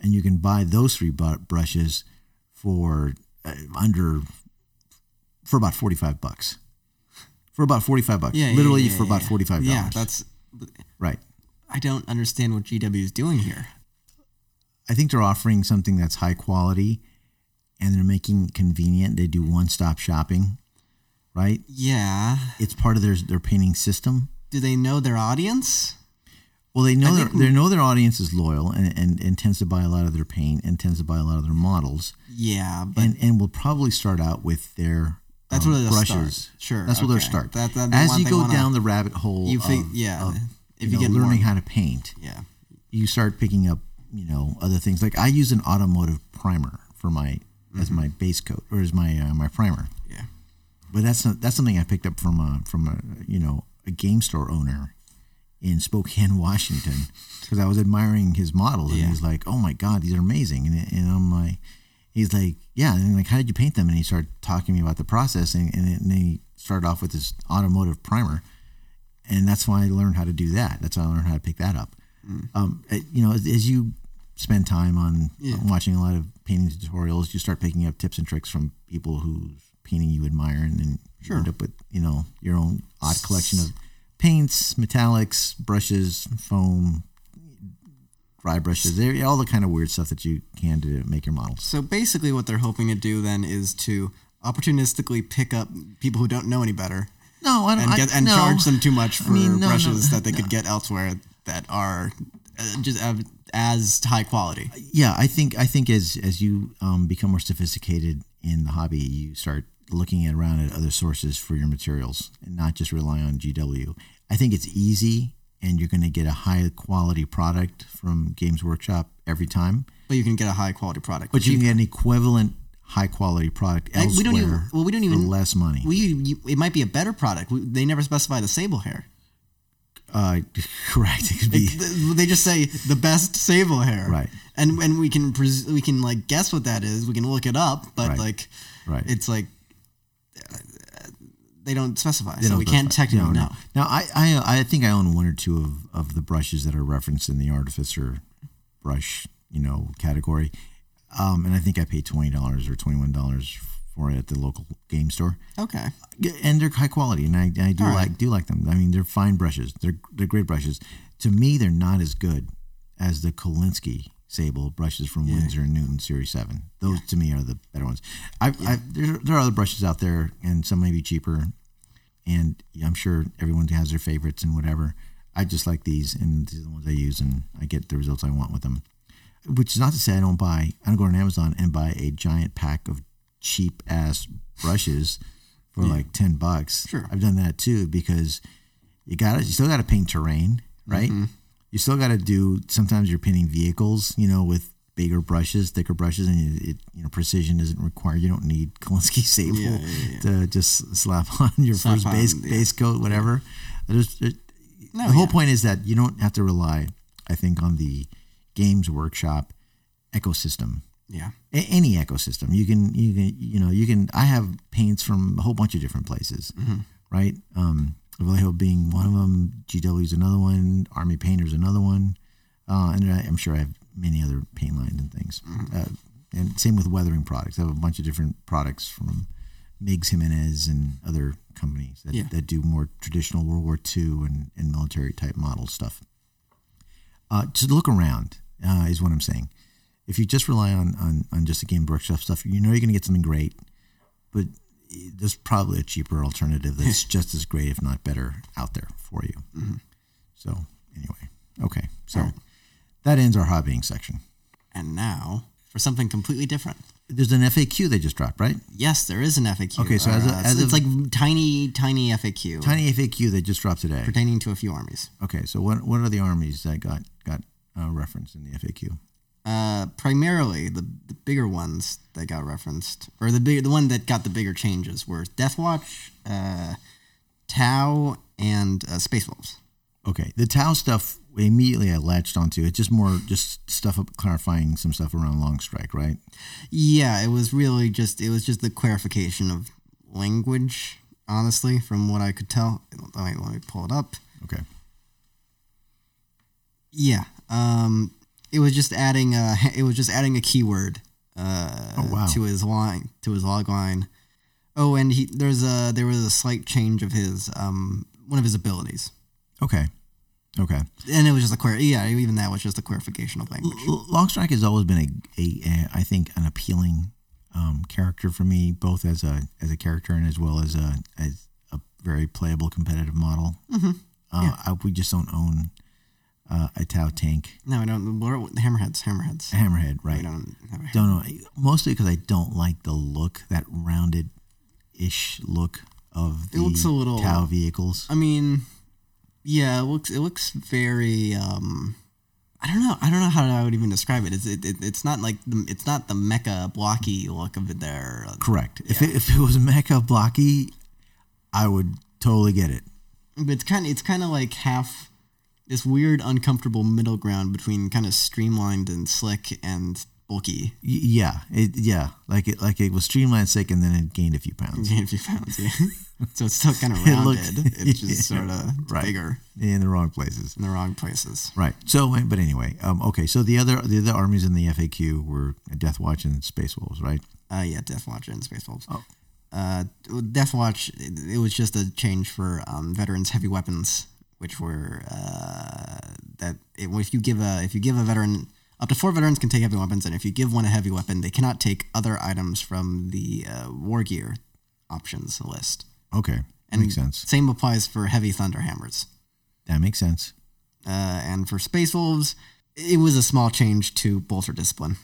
Speaker 1: and you can buy those three bu- brushes for uh, under for about forty five bucks. For about forty five bucks,
Speaker 2: Yeah, yeah,
Speaker 1: literally
Speaker 2: yeah,
Speaker 1: for
Speaker 2: yeah,
Speaker 1: about
Speaker 2: yeah.
Speaker 1: forty five dollars.
Speaker 2: Yeah, that's
Speaker 1: right.
Speaker 2: I don't understand what GW is doing here.
Speaker 1: I think they're offering something that's high quality and they're making it convenient. They do one stop shopping, right?
Speaker 2: Yeah.
Speaker 1: It's part of their their painting system.
Speaker 2: Do they know their audience?
Speaker 1: Well, they know their,
Speaker 2: think-
Speaker 1: they know their audience is loyal and, and, and tends to buy a lot of their paint and tends to buy a lot of their models
Speaker 2: Yeah, but
Speaker 1: and and will probably start out with their
Speaker 2: That's
Speaker 1: um,
Speaker 2: where they'll
Speaker 1: brushes.
Speaker 2: start. Sure,
Speaker 1: that's where they'll
Speaker 2: okay.
Speaker 1: start.
Speaker 2: That- that- they
Speaker 1: As
Speaker 2: want-
Speaker 1: you
Speaker 2: they
Speaker 1: go
Speaker 2: wanna-
Speaker 1: down the rabbit hole,
Speaker 2: you think
Speaker 1: of-
Speaker 2: yeah.
Speaker 1: of,
Speaker 2: if
Speaker 1: you
Speaker 2: you, get
Speaker 1: know, learning
Speaker 2: more,
Speaker 1: how to paint,
Speaker 2: yeah.
Speaker 1: you start picking up, you know, other things. Like I use an automotive primer for my as my base coat or as my uh, my primer.
Speaker 2: Yeah.
Speaker 1: But that's not, that's something I picked up from a, from a you know a game store owner in Spokane, Washington, because I was admiring his models and
Speaker 2: Yeah.
Speaker 1: he's like, "Oh my God, these are amazing!" And, and I'm like, he's like, "Yeah," and I'm like, "How did you paint them?" And he started talking to me about the process, and, and then he started off with this automotive primer, and that's why I learned how to do that. That's how I learned how to pick that up. Um, uh, you know, as, as you spend time on
Speaker 2: Yeah.
Speaker 1: on watching a lot of painting tutorials, you start picking up tips and tricks from people whose painting you admire, and then you end up with you know your own odd collection of paints, metallics, brushes, foam, dry brushes, there- all the kind of weird stuff that you can to make your models.
Speaker 2: So basically, what they're hoping to do then is to opportunistically pick up people who don't know any better
Speaker 1: No, I don't.
Speaker 2: and
Speaker 1: I-
Speaker 2: get and
Speaker 1: no.
Speaker 2: charge them too much for
Speaker 1: mean, no, no,
Speaker 2: brushes that they could get elsewhere that are uh, just uh, as high quality.
Speaker 1: yeah i think i think as as you um, become more sophisticated in the hobby you start looking at around at other sources for your materials and not just rely on gw i think it's easy and you're going to get a high quality product from games workshop every time
Speaker 2: But you can get a high quality product.
Speaker 1: but you can get an equivalent high quality product
Speaker 2: Like,
Speaker 1: elsewhere
Speaker 2: we don't even. Well, we don't
Speaker 1: for
Speaker 2: even.
Speaker 1: less money
Speaker 2: We you, it might be a better product. We, they never specify the sable hair.
Speaker 1: uh, correct it could be
Speaker 2: Th- They just say the best sable hair.
Speaker 1: Right.
Speaker 2: And and we can pres- we can like guess what that is. We can look it up, but
Speaker 1: Right.
Speaker 2: like
Speaker 1: right
Speaker 2: it's like uh, they don't specify, so we can't
Speaker 1: specify.
Speaker 2: technically
Speaker 1: No,
Speaker 2: know.
Speaker 1: no. Now, I, I I think I own one or two of, of the brushes that are referenced in the artificer brush, you know, category, um, and I think I paid twenty dollars or twenty one dollars for it at the local game store,
Speaker 2: Okay.
Speaker 1: and they're high quality, and I, I do
Speaker 2: All right.
Speaker 1: like do like them. I mean, they're fine brushes. They're they're great brushes. To me, they're not as good as the Kolinsky sable brushes from Windsor and Newton Series Seven. Those to me are the better ones. I, I there, there are other brushes out there, and some may be cheaper and I'm sure everyone has their favorites and whatever. I just like these, and these are the ones I use, and I get the results I want with them. Which is not to say I don't buy. I don't go on Amazon and buy a giant pack of cheap ass brushes for like ten bucks.
Speaker 2: Sure.
Speaker 1: I've done that too because you got to you still got to paint terrain, right?
Speaker 2: Mm-hmm.
Speaker 1: You still got to do. Sometimes you're painting vehicles, you know, with bigger brushes, thicker brushes, and it, it you know precision isn't required. You don't need Kolinsky sable
Speaker 2: Yeah, yeah, yeah.
Speaker 1: to just slap on your
Speaker 2: Slap
Speaker 1: first base
Speaker 2: on, yeah.
Speaker 1: base coat, whatever. There's- there-
Speaker 2: No,
Speaker 1: the whole
Speaker 2: yeah.
Speaker 1: point is that you don't have to rely, I think, on the Games Workshop ecosystem.
Speaker 2: Yeah.
Speaker 1: A- any ecosystem you can you can you know you can i have paints from a whole bunch of different places right um vallejo being one of them gw's another one army painters another one uh and I, i'm sure i have many other paint lines and things uh, and same with weathering products i have a bunch of different products from migs jimenez and other companies that,
Speaker 2: Yeah.
Speaker 1: that do more traditional world war ii and, and military type model stuff uh, to look around uh, is what I'm saying. If you just rely on, on, on just the game workshop stuff, you know you're going to get something great, but there's probably a cheaper alternative that's just as great, if not better, out there for you. So, anyway, okay. So that ends our hobbying section.
Speaker 2: And now for something completely different.
Speaker 1: There's an FAQ they just dropped, right?
Speaker 2: Yes, there is an FAQ.
Speaker 1: Okay, so
Speaker 2: or,
Speaker 1: as a-
Speaker 2: uh,
Speaker 1: as
Speaker 2: it's
Speaker 1: a-
Speaker 2: like tiny, tiny FAQ
Speaker 1: Tiny FAQ they just dropped today.
Speaker 2: pertaining to a few armies.
Speaker 1: Okay, so what what are the armies that got got uh, referenced in the FAQ?
Speaker 2: Uh, primarily, the, the bigger ones that got referenced, or the big, the one that got the bigger changes, were Deathwatch, uh, Tau, and uh, Space Wolves.
Speaker 1: Okay, the Tau stuff immediately I latched onto. It's just more just stuff up clarifying some stuff around Long Strike, right?
Speaker 2: Yeah, it was really just it was just the clarification of language, honestly, from what I could tell. Wait, let me pull it up.
Speaker 1: Okay,
Speaker 2: Yeah, um, it was just adding a it was just adding a keyword uh,
Speaker 1: Oh, wow.
Speaker 2: to his line to his log line. Oh, and he there's a there was a slight change of his um one of his abilities,
Speaker 1: okay, okay.
Speaker 2: and it was just a clar yeah even that was just a clarification of language.
Speaker 1: L- Long Strike has always been a, a, a I think an appealing um, character for me, both as a as a character and as well as a as a very playable competitive model. Mm-hmm. Uh, I, we just don't own uh, a Tau tank
Speaker 2: No, I don't. What are, hammerheads, hammerheads.
Speaker 1: hammerhead, right?
Speaker 2: I don't. Have a,
Speaker 1: don't know. Mostly because I don't like the look, that rounded ish look of the
Speaker 2: looks a little-
Speaker 1: Tau vehicles.
Speaker 2: I mean, yeah, it looks it looks very. um I don't know. I don't know how I would even describe it. It's it, it, it's not like the, it's not the mecha blocky look of it there.
Speaker 1: Correct. If, it, if it was mecha blocky, I would totally get it.
Speaker 2: but it's kind of it's kind of like half this weird uncomfortable middle ground between kind of streamlined and slick and bulky.
Speaker 1: Y- yeah, it, yeah, like it like it was streamlined sick, and then it gained a few pounds.
Speaker 2: Gain a few pounds, yeah. so it's still kind of
Speaker 1: It looked-
Speaker 2: rounded. it's just sort of
Speaker 1: right.
Speaker 2: bigger
Speaker 1: in the wrong places.
Speaker 2: in the wrong places.
Speaker 1: Right. So, but anyway, um, okay. So the other the other armies in the FAQ were Death Watch and Space Wolves, right?
Speaker 2: Uh, yeah, Death Watch and Spaceballs. Oh. Uh, Death Watch, it, it was just a change for um, veterans' heavy weapons, which were uh, that it, if you give a if you give a veteran up to four veterans can take heavy weapons, and if you give one a heavy weapon, they cannot take other items from the uh, war gear options list.
Speaker 1: Okay,
Speaker 2: And
Speaker 1: makes sense.
Speaker 2: Same applies for heavy thunder hammers
Speaker 1: That makes sense.
Speaker 2: uh, and for Space Wolves, it was a small change to bolter discipline,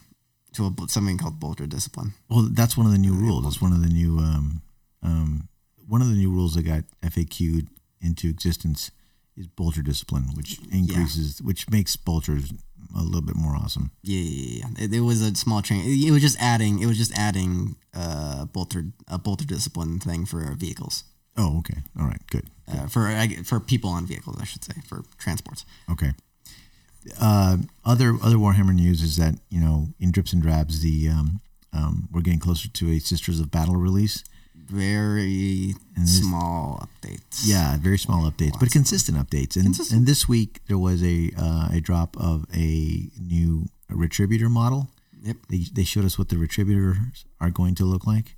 Speaker 2: to a, bol- something called bolter discipline.
Speaker 1: Well, that's one of the new rules. It's one of the new um, um, one of the new rules that got FAQ'd into existence is bolter discipline, which increases, which makes bolters a little bit more awesome.
Speaker 2: Yeah, yeah, yeah. It, it was a small change. It, it was just adding. It was just adding uh, bolter a bolter discipline thing for our vehicles,
Speaker 1: Oh, okay. All right. Good.
Speaker 2: uh, for I- for people on vehicles, I should say, for transports.
Speaker 1: Okay. Uh, other other Warhammer news is that you know in drips and drabs the um, um, we're getting closer to a Sisters of Battle release.
Speaker 2: Very small updates.
Speaker 1: Yeah, very small updates, but consistent updates. And and this week there was a uh, a drop of a new retributor model.
Speaker 2: Yep.
Speaker 1: They they showed us what the retributors are going to look like.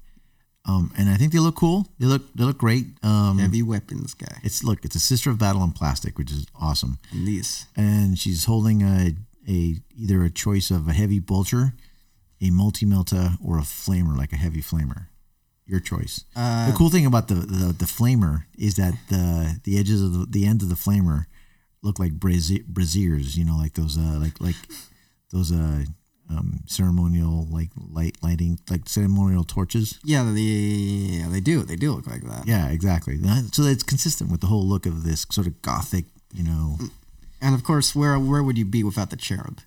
Speaker 1: Um, and I think they look cool. They look they look great. Um,
Speaker 2: Heavy weapons guy.
Speaker 1: It's look, it's a sister of battle in plastic, which is awesome.
Speaker 2: And these.
Speaker 1: And she's holding a a either a choice of a heavy bolter, a multi melta, or a flamer, like a heavy flamer. Your choice. the cool thing about the, the the flamer is that the the edges of the, the end of the flamer look like brazi- braziers, you know, like those uh like like those uh um ceremonial like light lighting like ceremonial torches.
Speaker 2: Yeah, they, yeah, they do. They do look like that.
Speaker 1: Yeah, exactly. So it's consistent with the whole look of this sort of gothic, you know.
Speaker 2: And of course, where where would you be without the cherub?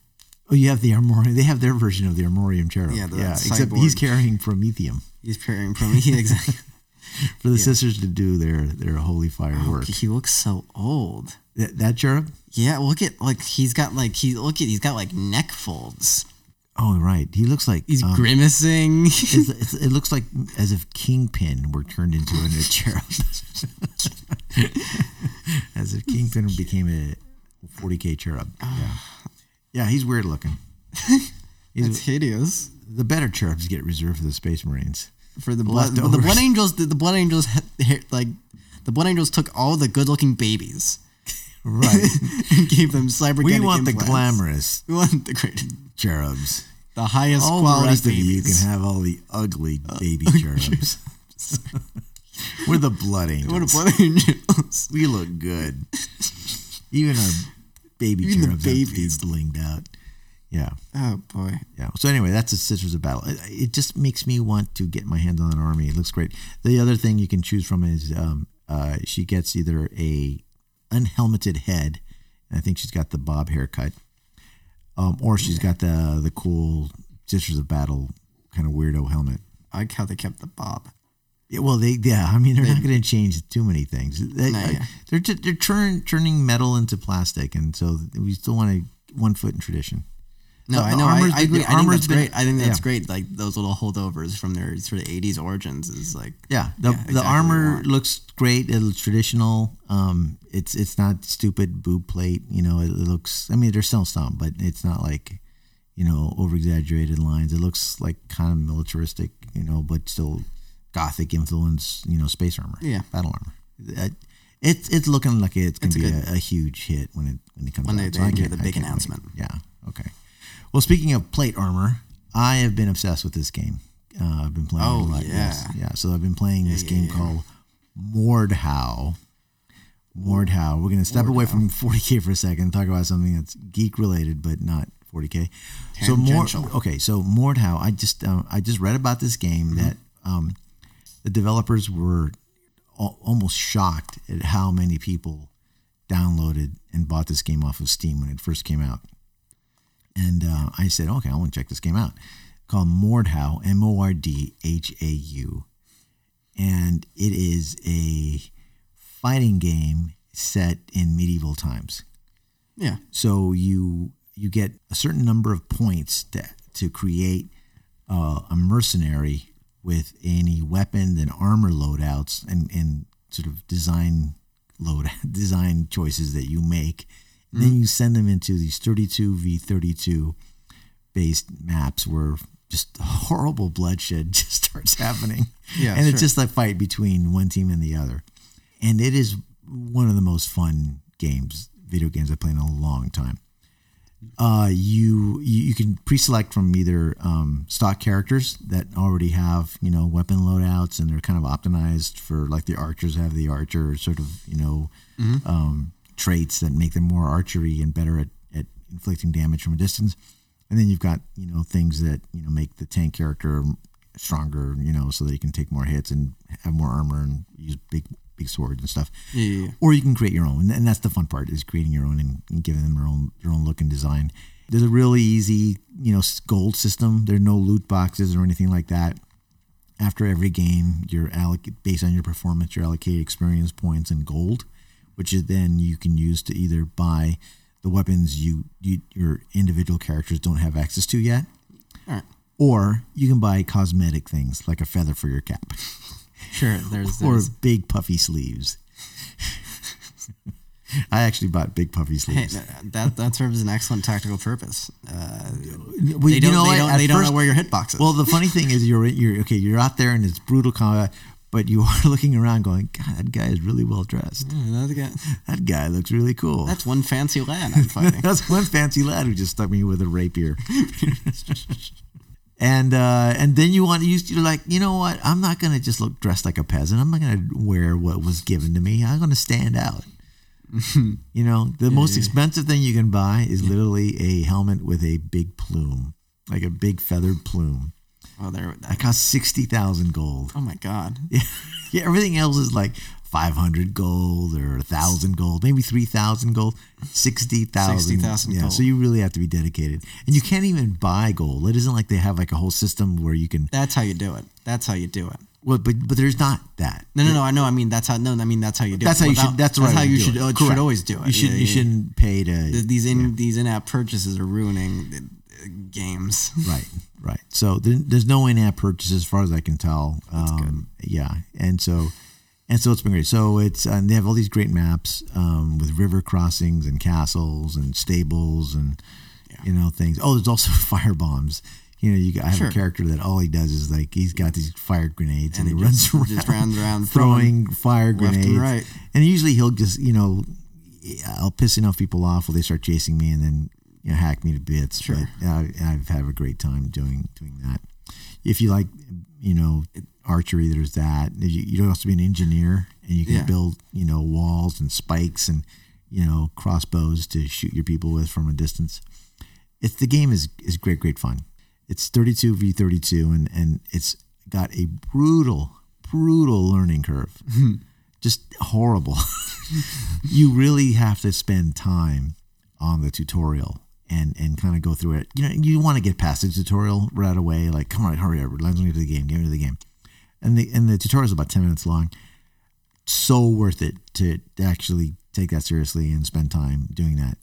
Speaker 1: Oh, you have the armorium. They have their version of the armorium cherub.
Speaker 2: Yeah, the
Speaker 1: except he's
Speaker 2: cyborg.
Speaker 1: carrying promethium
Speaker 2: He's peering from me. Exactly.
Speaker 1: for the sisters to do their their holy fire work.
Speaker 2: he looks so old.
Speaker 1: That, that cherub.
Speaker 2: Yeah, look at like he's got like he look at he's got like neck folds.
Speaker 1: Oh, right. He looks like
Speaker 2: He's
Speaker 1: um,
Speaker 2: grimacing.
Speaker 1: it's, it's, it looks like as if Kingpin were turned into a new cherub. as if Kingpin became a 40k cherub.
Speaker 2: Ah.
Speaker 1: Yeah, yeah. He's weird looking.
Speaker 2: it's hideous.
Speaker 1: The better cherubs get reserved for the Space Marines.
Speaker 2: For the blood, but the
Speaker 1: Leftovers.
Speaker 2: blood angels, the, the blood angels had, had, like the blood angels took all the good-looking babies
Speaker 1: Right.
Speaker 2: and gave them cybernetic.
Speaker 1: We want the
Speaker 2: implants.
Speaker 1: glamorous
Speaker 2: We want the great,
Speaker 1: cherubs.
Speaker 2: the highest
Speaker 1: All
Speaker 2: quality
Speaker 1: the rest
Speaker 2: babies.
Speaker 1: of
Speaker 2: Uh,
Speaker 1: you can have all the ugly baby cherubs. We're the blood angels.
Speaker 2: what a blood angels!
Speaker 1: we look good. Even our baby
Speaker 2: Even the
Speaker 1: cherubs have to be
Speaker 2: babies.
Speaker 1: blinged out. Yeah,
Speaker 2: Oh boy,
Speaker 1: yeah. So anyway, that's the Sisters of Battle. It, it just makes me want to get my hands on an army. It looks great. The other thing you can choose from is um, uh, she gets either a unhelmeted head, and I think she's got the bob haircut, um, or she's got the the cool Sisters of Battle kind of weirdo helmet.
Speaker 2: I like how they kept the bob.
Speaker 1: Yeah, well, they yeah. I mean, they're not going to change too many things. They,
Speaker 2: No,
Speaker 1: I-
Speaker 2: yeah.
Speaker 1: They're ju- they're turn, turning metal into plastic, and so we still want to one foot in tradition.
Speaker 2: No,
Speaker 1: The-
Speaker 2: I
Speaker 1: the
Speaker 2: know.
Speaker 1: armor's
Speaker 2: I, I
Speaker 1: been-
Speaker 2: agree.
Speaker 1: the
Speaker 2: I think
Speaker 1: armor's
Speaker 2: that's
Speaker 1: been-
Speaker 2: great. I think that's
Speaker 1: yeah.
Speaker 2: great. Like those little holdovers from their sort of '80s origins is like
Speaker 1: Yeah, the the
Speaker 2: Yeah, exactly what we
Speaker 1: armor
Speaker 2: want.
Speaker 1: looks great. It looks traditional. Um, it's it's not stupid boob plate. You know, it looks. I mean, there's still some, but it's not like you know over exaggerated lines. It looks like kind of militaristic. You know, but still gothic influence. You know, space armor.
Speaker 2: Yeah.
Speaker 1: battle armor. It, it's it's looking like it's gonna
Speaker 2: It's
Speaker 1: be
Speaker 2: good.
Speaker 1: a, a huge hit when it when it comes
Speaker 2: When
Speaker 1: out.
Speaker 2: they-
Speaker 1: I
Speaker 2: they do
Speaker 1: can't-
Speaker 2: the
Speaker 1: I
Speaker 2: big
Speaker 1: can't wait.
Speaker 2: announcement.
Speaker 1: Yeah. Okay. Well, speaking of plate armor, I have been obsessed with this game. Uh, I've been playing it a
Speaker 2: Oh,
Speaker 1: lot.
Speaker 2: yeah.
Speaker 1: Yes. Yeah. So I've been playing this game called Mordhau. Mordhau. We're going to step away from 40K for a second and talk about something that's geek related, but not 40K. So more,
Speaker 2: Tangential.
Speaker 1: okay. So Mordhau, I just, um, I just read about this game that, um, the developers were al- almost shocked at how many people downloaded and bought this game off of Steam when it first came out. And uh, I said, okay, I want to check this game out. Called Mordhau, M O R D H A U. And it is a fighting game set in medieval times.
Speaker 2: yeah.
Speaker 1: So you you get a certain number of points to to create uh, a mercenary with any weapon and armor loadouts and, and sort of design load design choices that you make. And then you send them into these 32 v 32 based maps where just horrible bloodshed just starts happening.
Speaker 2: Yeah,
Speaker 1: and
Speaker 2: sure.
Speaker 1: it's just a fight between one team and the other. And it is one of the most fun games, video games I've played in a long time. Uh, you, you you can pre-select from either um, stock characters that already have you know weapon loadouts and they're kind of optimized for like the archers have the archer sort of you know um, traits that make them more archery and better at, at inflicting damage from a distance and then you've got you know things that you know make the tank character stronger you know so that he can take more hits and have more armor and use big big swords and stuff
Speaker 2: Yeah, yeah, yeah.
Speaker 1: or you can create your own, and that's the fun part is creating your own and, and giving them their own their own look and design. There's a really easy, you know, s- gold system. There are no loot boxes or anything like that. After every game, you're alloc- based on your performance, you're allocated experience points and gold, which is then you can use to either buy the weapons you, you your individual characters don't have access to yet,
Speaker 2: All right.
Speaker 1: or you can buy cosmetic things like a feather for your cap
Speaker 2: Sure. There's,
Speaker 1: or
Speaker 2: there's
Speaker 1: big puffy sleeves. I actually bought big puffy
Speaker 2: hey,
Speaker 1: sleeves.
Speaker 2: that, that that serves an excellent tactical purpose. Uh,
Speaker 1: Well,
Speaker 2: they
Speaker 1: you
Speaker 2: don't.
Speaker 1: know
Speaker 2: they
Speaker 1: what?
Speaker 2: don't,
Speaker 1: At
Speaker 2: they don't know
Speaker 1: first-
Speaker 2: where your hitbox is.
Speaker 1: Well, the funny thing is, you're you're okay. You're out there and it's brutal combat, but you are looking around, going, "God, that guy is really well dressed.
Speaker 2: Another guy-
Speaker 1: That guy looks really cool."
Speaker 2: that's one fancy lad I'm fighting.
Speaker 1: That's one fancy lad who just stuck me with a rapier. and uh, and then you want to use you're like you know what I'm not gonna just look dressed like a peasant. I'm not gonna wear what was given to me. I'm gonna stand out. you know the most expensive thing you can buy is literally a helmet with a big plume, like a big feathered plume.
Speaker 2: Oh, there.
Speaker 1: That costs sixty thousand gold.
Speaker 2: Oh my God.
Speaker 1: Yeah, yeah. Everything else is like five hundred gold or thousand gold, maybe three thousand gold, sixty thousand.
Speaker 2: 60,000
Speaker 1: Yeah.
Speaker 2: gold.
Speaker 1: So you really have to be dedicated, and you can't even buy gold. It isn't like they have like a whole system where you can.
Speaker 2: That's how you do it. That's how you do it.
Speaker 1: Well, but but there's not that.
Speaker 2: No, no, no. I know. I mean, that's how. No, I mean, that's how you do
Speaker 1: That's
Speaker 2: it.
Speaker 1: how you
Speaker 2: Without-
Speaker 1: should. That's, the
Speaker 2: that's
Speaker 1: right
Speaker 2: how
Speaker 1: way
Speaker 2: you
Speaker 1: to do
Speaker 2: should.
Speaker 1: it.
Speaker 2: uh,
Speaker 1: Correct.
Speaker 2: should always do it.
Speaker 1: You should.
Speaker 2: Yeah,
Speaker 1: you
Speaker 2: yeah.
Speaker 1: shouldn't pay to.
Speaker 2: Th- These in these in-app purchases are ruining uh, games.
Speaker 1: right right so there, there's no in-app purchase as far as i can tell um, yeah and so and so it's been great so it's and they have all these great maps um, with river crossings and castles and stables and you know things oh there's also fire bombs you know you got, i have
Speaker 2: Sure.
Speaker 1: a character that all he does is like he's got these fire grenades and, he, runs around
Speaker 2: Just round around throwing.
Speaker 1: throwing fire
Speaker 2: left and
Speaker 1: grenades.
Speaker 2: right.
Speaker 1: And usually he'll just, you know, I'll piss enough people off while they start chasing me and then you know, hack me to bits.
Speaker 2: Sure.
Speaker 1: But I, I've had a great time doing doing that. If you like, you know, archery, there's that. You, you don't have to be an engineer, and you can
Speaker 2: Yeah.
Speaker 1: build, you know, walls and spikes and you know crossbows to shoot your people with from a distance it's the game is is great, great fun. It's 32 v 32, and and it's got a brutal, brutal learning curve. Just horrible. you really have to spend time on the tutorial and and kind of go through it. You know, you want to get past the tutorial right away. Like, come on, hurry up, let's get into the game, get into the game. And the and the tutorial is about 10 minutes long. So worth it to actually take that seriously and spend time doing that.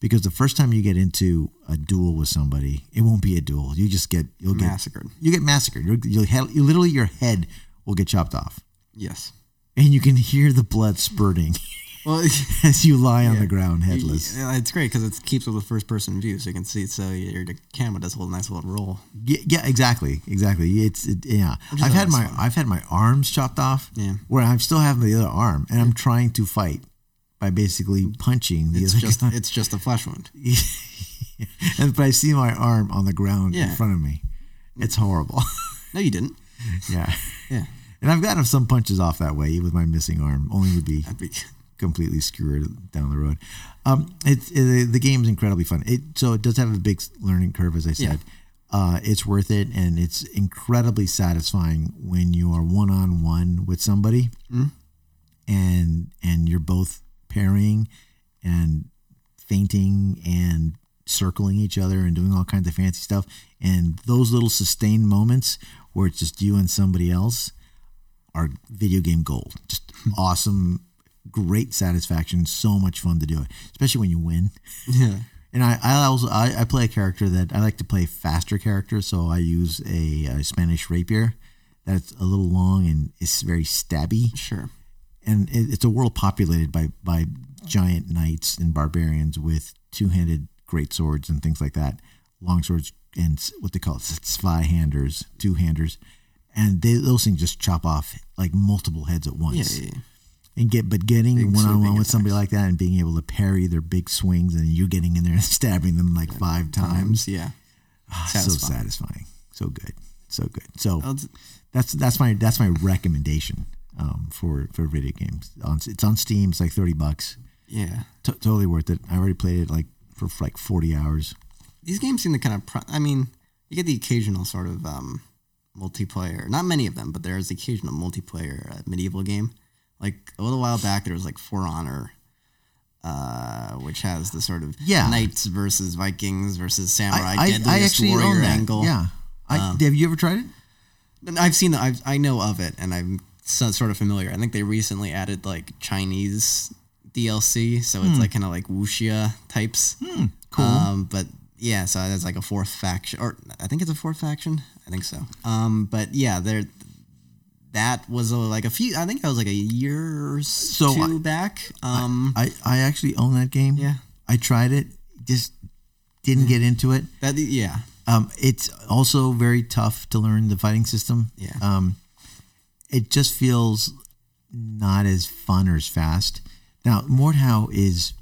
Speaker 1: Because the first time you get into a duel with somebody, it won't be a duel. You just get you'll get
Speaker 2: Massacred.
Speaker 1: you get massacred. You'll, you'll head, you literally your head will get chopped off,
Speaker 2: Yes.
Speaker 1: and you can hear the blood spurting
Speaker 2: Well,
Speaker 1: as you lie on the ground headless.
Speaker 2: yeah, uh, it's great because it keeps it with first-person view, so you can see. So your your camera does a little nice little roll.
Speaker 1: Yeah, yeah exactly, exactly. It's it, yeah.
Speaker 2: is
Speaker 1: I've had my
Speaker 2: always
Speaker 1: I've had my arms chopped off.
Speaker 2: Yeah.
Speaker 1: Where I still have the other arm, and I'm trying to fight by basically punching the
Speaker 2: It's
Speaker 1: other
Speaker 2: just
Speaker 1: guy.
Speaker 2: it's just a flesh wound.
Speaker 1: and but I see my arm on the ground in
Speaker 2: Yeah.
Speaker 1: front of me. It's horrible.
Speaker 2: No, you didn't.
Speaker 1: yeah.
Speaker 2: Yeah.
Speaker 1: And I've gotten some punches off that way with my missing arm, only to be
Speaker 2: That'd be-
Speaker 1: completely skewered down the road. Um, it's uh, the game's incredibly fun. It so it does have a big s- learning curve, as I said. Uh, it's worth it, and it's incredibly satisfying when you are one on one with somebody, and and you're both parrying and feinting and circling each other and doing all kinds of fancy stuff. And those little sustained moments where it's just you and somebody else are video game gold. Just awesome, great satisfaction. So much fun to do it, especially when you win.
Speaker 2: Yeah.
Speaker 1: And I, I also I, I play a character that I like to play faster characters, so I use a, a Spanish rapier that's a little long and it's very stabby,
Speaker 2: Sure.
Speaker 1: and it, it's a world populated by by giant knights and barbarians with two handed great swords and things like that, long swords and s- what they call it, svi handers, two handers, and they, those things just chop off like multiple heads at once
Speaker 2: Yeah, yeah, yeah.
Speaker 1: and get but getting one on
Speaker 2: sweeping
Speaker 1: one with somebody like that and being able to parry their big swings and you getting in there and stabbing them like five times
Speaker 2: Times, yeah.
Speaker 1: so
Speaker 2: satisfying.
Speaker 1: satisfying so good so good so
Speaker 2: I'll t-
Speaker 1: that's that's my that's my recommendation um, for for video games on it's on Steam it's like thirty bucks
Speaker 2: Yeah.
Speaker 1: T- totally worth it I already played it like for like forty hours
Speaker 2: These games seem to kind of, pro- I mean, you get the occasional sort of um, multiplayer. Not many of them, but there is the occasional multiplayer uh, medieval game. Like a little while back, there was like For Honor, uh, which has the sort of
Speaker 1: Yeah.
Speaker 2: knights versus Vikings versus samurai,
Speaker 1: I,
Speaker 2: deadliest
Speaker 1: I, I actually
Speaker 2: warrior
Speaker 1: own that
Speaker 2: angle. Um, mm.
Speaker 1: yeah I, have you ever tried it
Speaker 2: And I've seen the, I've, I know of it and I'm so, sort of familiar. I think they recently added like Chinese DLC, so
Speaker 1: Hmm.
Speaker 2: it's like kind of like wuxia types. cool. Um, but yeah, so there's like a fourth faction, or I think it's a fourth faction. I think so. Um, but yeah, there. That was a, like a few. I think that was like a year or so
Speaker 1: So I-
Speaker 2: two back. Um,
Speaker 1: I I actually own that game
Speaker 2: Yeah.
Speaker 1: I tried it just didn't get into it
Speaker 2: that yeah,
Speaker 1: Um, it's also very tough to learn the fighting system.
Speaker 2: Yeah.
Speaker 1: Um, it just feels not as fun or as fast. Now Mordhau is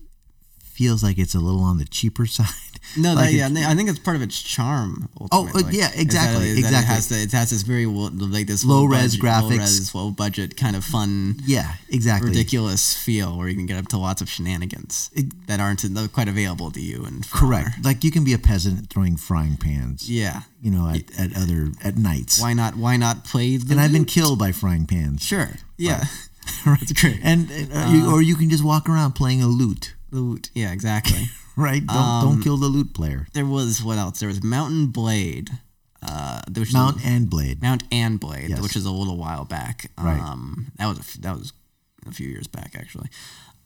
Speaker 1: feels like it's a little on the cheaper side.
Speaker 2: No,
Speaker 1: Like
Speaker 2: that,
Speaker 1: it-
Speaker 2: yeah, I think it's part of its charm.
Speaker 1: Oh, uh,
Speaker 2: ultimately.
Speaker 1: yeah,
Speaker 2: Is that
Speaker 1: exactly,
Speaker 2: it- that
Speaker 1: exactly.
Speaker 2: It has, the, it has this very wo- like this
Speaker 1: Low
Speaker 2: low
Speaker 1: res
Speaker 2: budget-
Speaker 1: graphics.
Speaker 2: low res, low budget kind of fun,
Speaker 1: Yeah, exactly.
Speaker 2: ridiculous feel where you can get up to lots of shenanigans that aren't uh, quite available to you. And
Speaker 1: Correct. Like you can be a peasant throwing frying pans.
Speaker 2: yeah,
Speaker 1: You know, at, at other at nights.
Speaker 2: why not? Why not play? The
Speaker 1: and I've been
Speaker 2: loot?
Speaker 1: killed by frying pans.
Speaker 2: sure. Yeah, that's great. Um,
Speaker 1: And uh, you, or you can just walk around playing a lute.
Speaker 2: Loot. Yeah, exactly.
Speaker 1: Right. Don't
Speaker 2: um,
Speaker 1: don't kill the lute player.
Speaker 2: there was what else? There was Mountain Blade, uh, which is a-
Speaker 1: Mount and blade.
Speaker 2: Mount and Blade,
Speaker 1: Yes.
Speaker 2: which is a little while back.
Speaker 1: Right.
Speaker 2: Um, that was a f- that was a few years back actually.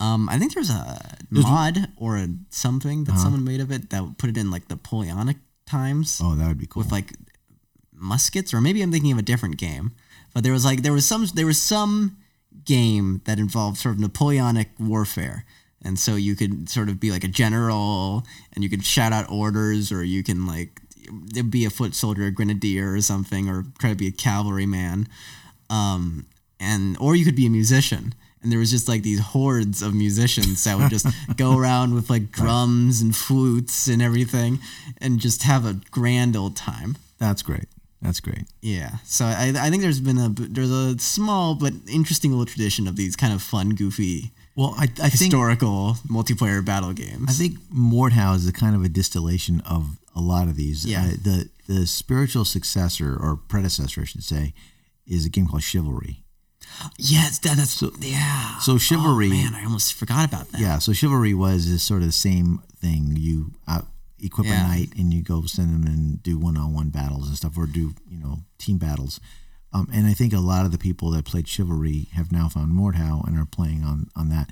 Speaker 2: Um, I think there's a mod or a something that
Speaker 1: Uh-huh.
Speaker 2: someone made of it that put it in like the Napoleonic times
Speaker 1: Oh, that would be cool.
Speaker 2: with like muskets, or maybe I'm thinking of a different game. But there was like there was some there was some game that involved sort of Napoleonic warfare, and so you could sort of be like a general, and you could shout out orders, or you can like be a foot soldier, a grenadier, or something, or try to be a cavalryman, um, and or you could be a musician. And there was just like these hordes of musicians that would just go around with like drums and flutes and everything, and just have a grand old time.
Speaker 1: That's great. That's great.
Speaker 2: Yeah, so I, I think there's been a there's a small but interesting little tradition of these kind of fun, goofy,
Speaker 1: Well, I, I think
Speaker 2: historical multiplayer battle
Speaker 1: I
Speaker 2: games.
Speaker 1: think Mordhau is a kind of a distillation of a lot of these. Uh,
Speaker 2: Yeah.
Speaker 1: the the spiritual successor or predecessor, I should say, is a game called Chivalry.
Speaker 2: yes, that, that's yeah.
Speaker 1: So Chivalry,
Speaker 2: oh, man, I almost forgot about that.
Speaker 1: yeah. So Chivalry was this sort of the same thing. You uh, equip
Speaker 2: Yeah.
Speaker 1: a knight and you go send them and do one on one battles and stuff, or do you know team battles. Um, and I think a lot of the people that played Chivalry have now found Mordhau and are playing on on that.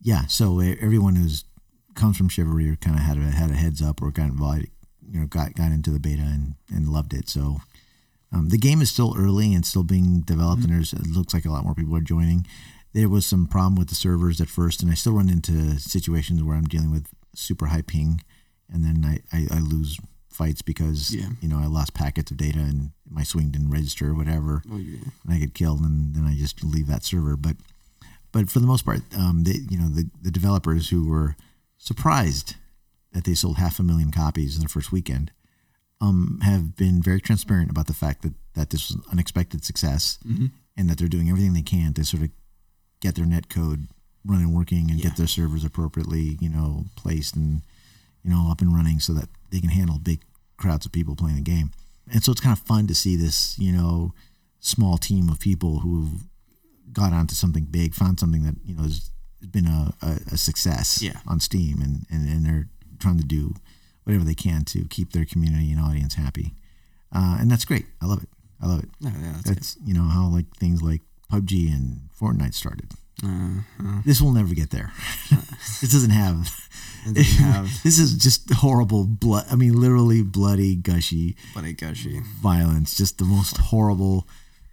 Speaker 1: Yeah, so e- everyone who's comes from Chivalry or kind of had a had a heads up or got involved, you know, got got into the beta and and loved it. So um, the game is still early and still being developed, and there's it looks like a lot more people are joining. There was some problem with the servers at first, and I still run into situations where I'm dealing with super high ping, and then I I, I lose fights because
Speaker 2: Yeah.
Speaker 1: you know I lost packets of data and my swing didn't register or whatever
Speaker 2: Oh, yeah.
Speaker 1: and I get killed, and then I just leave that server. But but for the most part, um, the you know the the developers who were surprised that they sold half a million copies in the first weekend um, have been very transparent about the fact that that this was an unexpected success, and that they're doing everything they can to sort of get their net code running working and
Speaker 2: Yeah.
Speaker 1: get their servers appropriately you know placed and you know up and running so that they can handle big crowds of people playing the game and so it's kind of fun to see this you know small team of people who got onto something big found something that you know has been a, a, a success
Speaker 2: Yeah.
Speaker 1: on steam and, and and they're trying to do whatever they can to keep their community and audience happy uh, and that's great i love it i love it
Speaker 2: No, yeah, that's
Speaker 1: that's you know how like things like PUBG
Speaker 2: Uh-huh.
Speaker 1: and Fortnite started. This will never get there. this doesn't have
Speaker 2: And then you have
Speaker 1: this is just horrible blood. I mean, literally bloody, gushy
Speaker 2: Buddy Gushy.
Speaker 1: violence. Just the most horrible,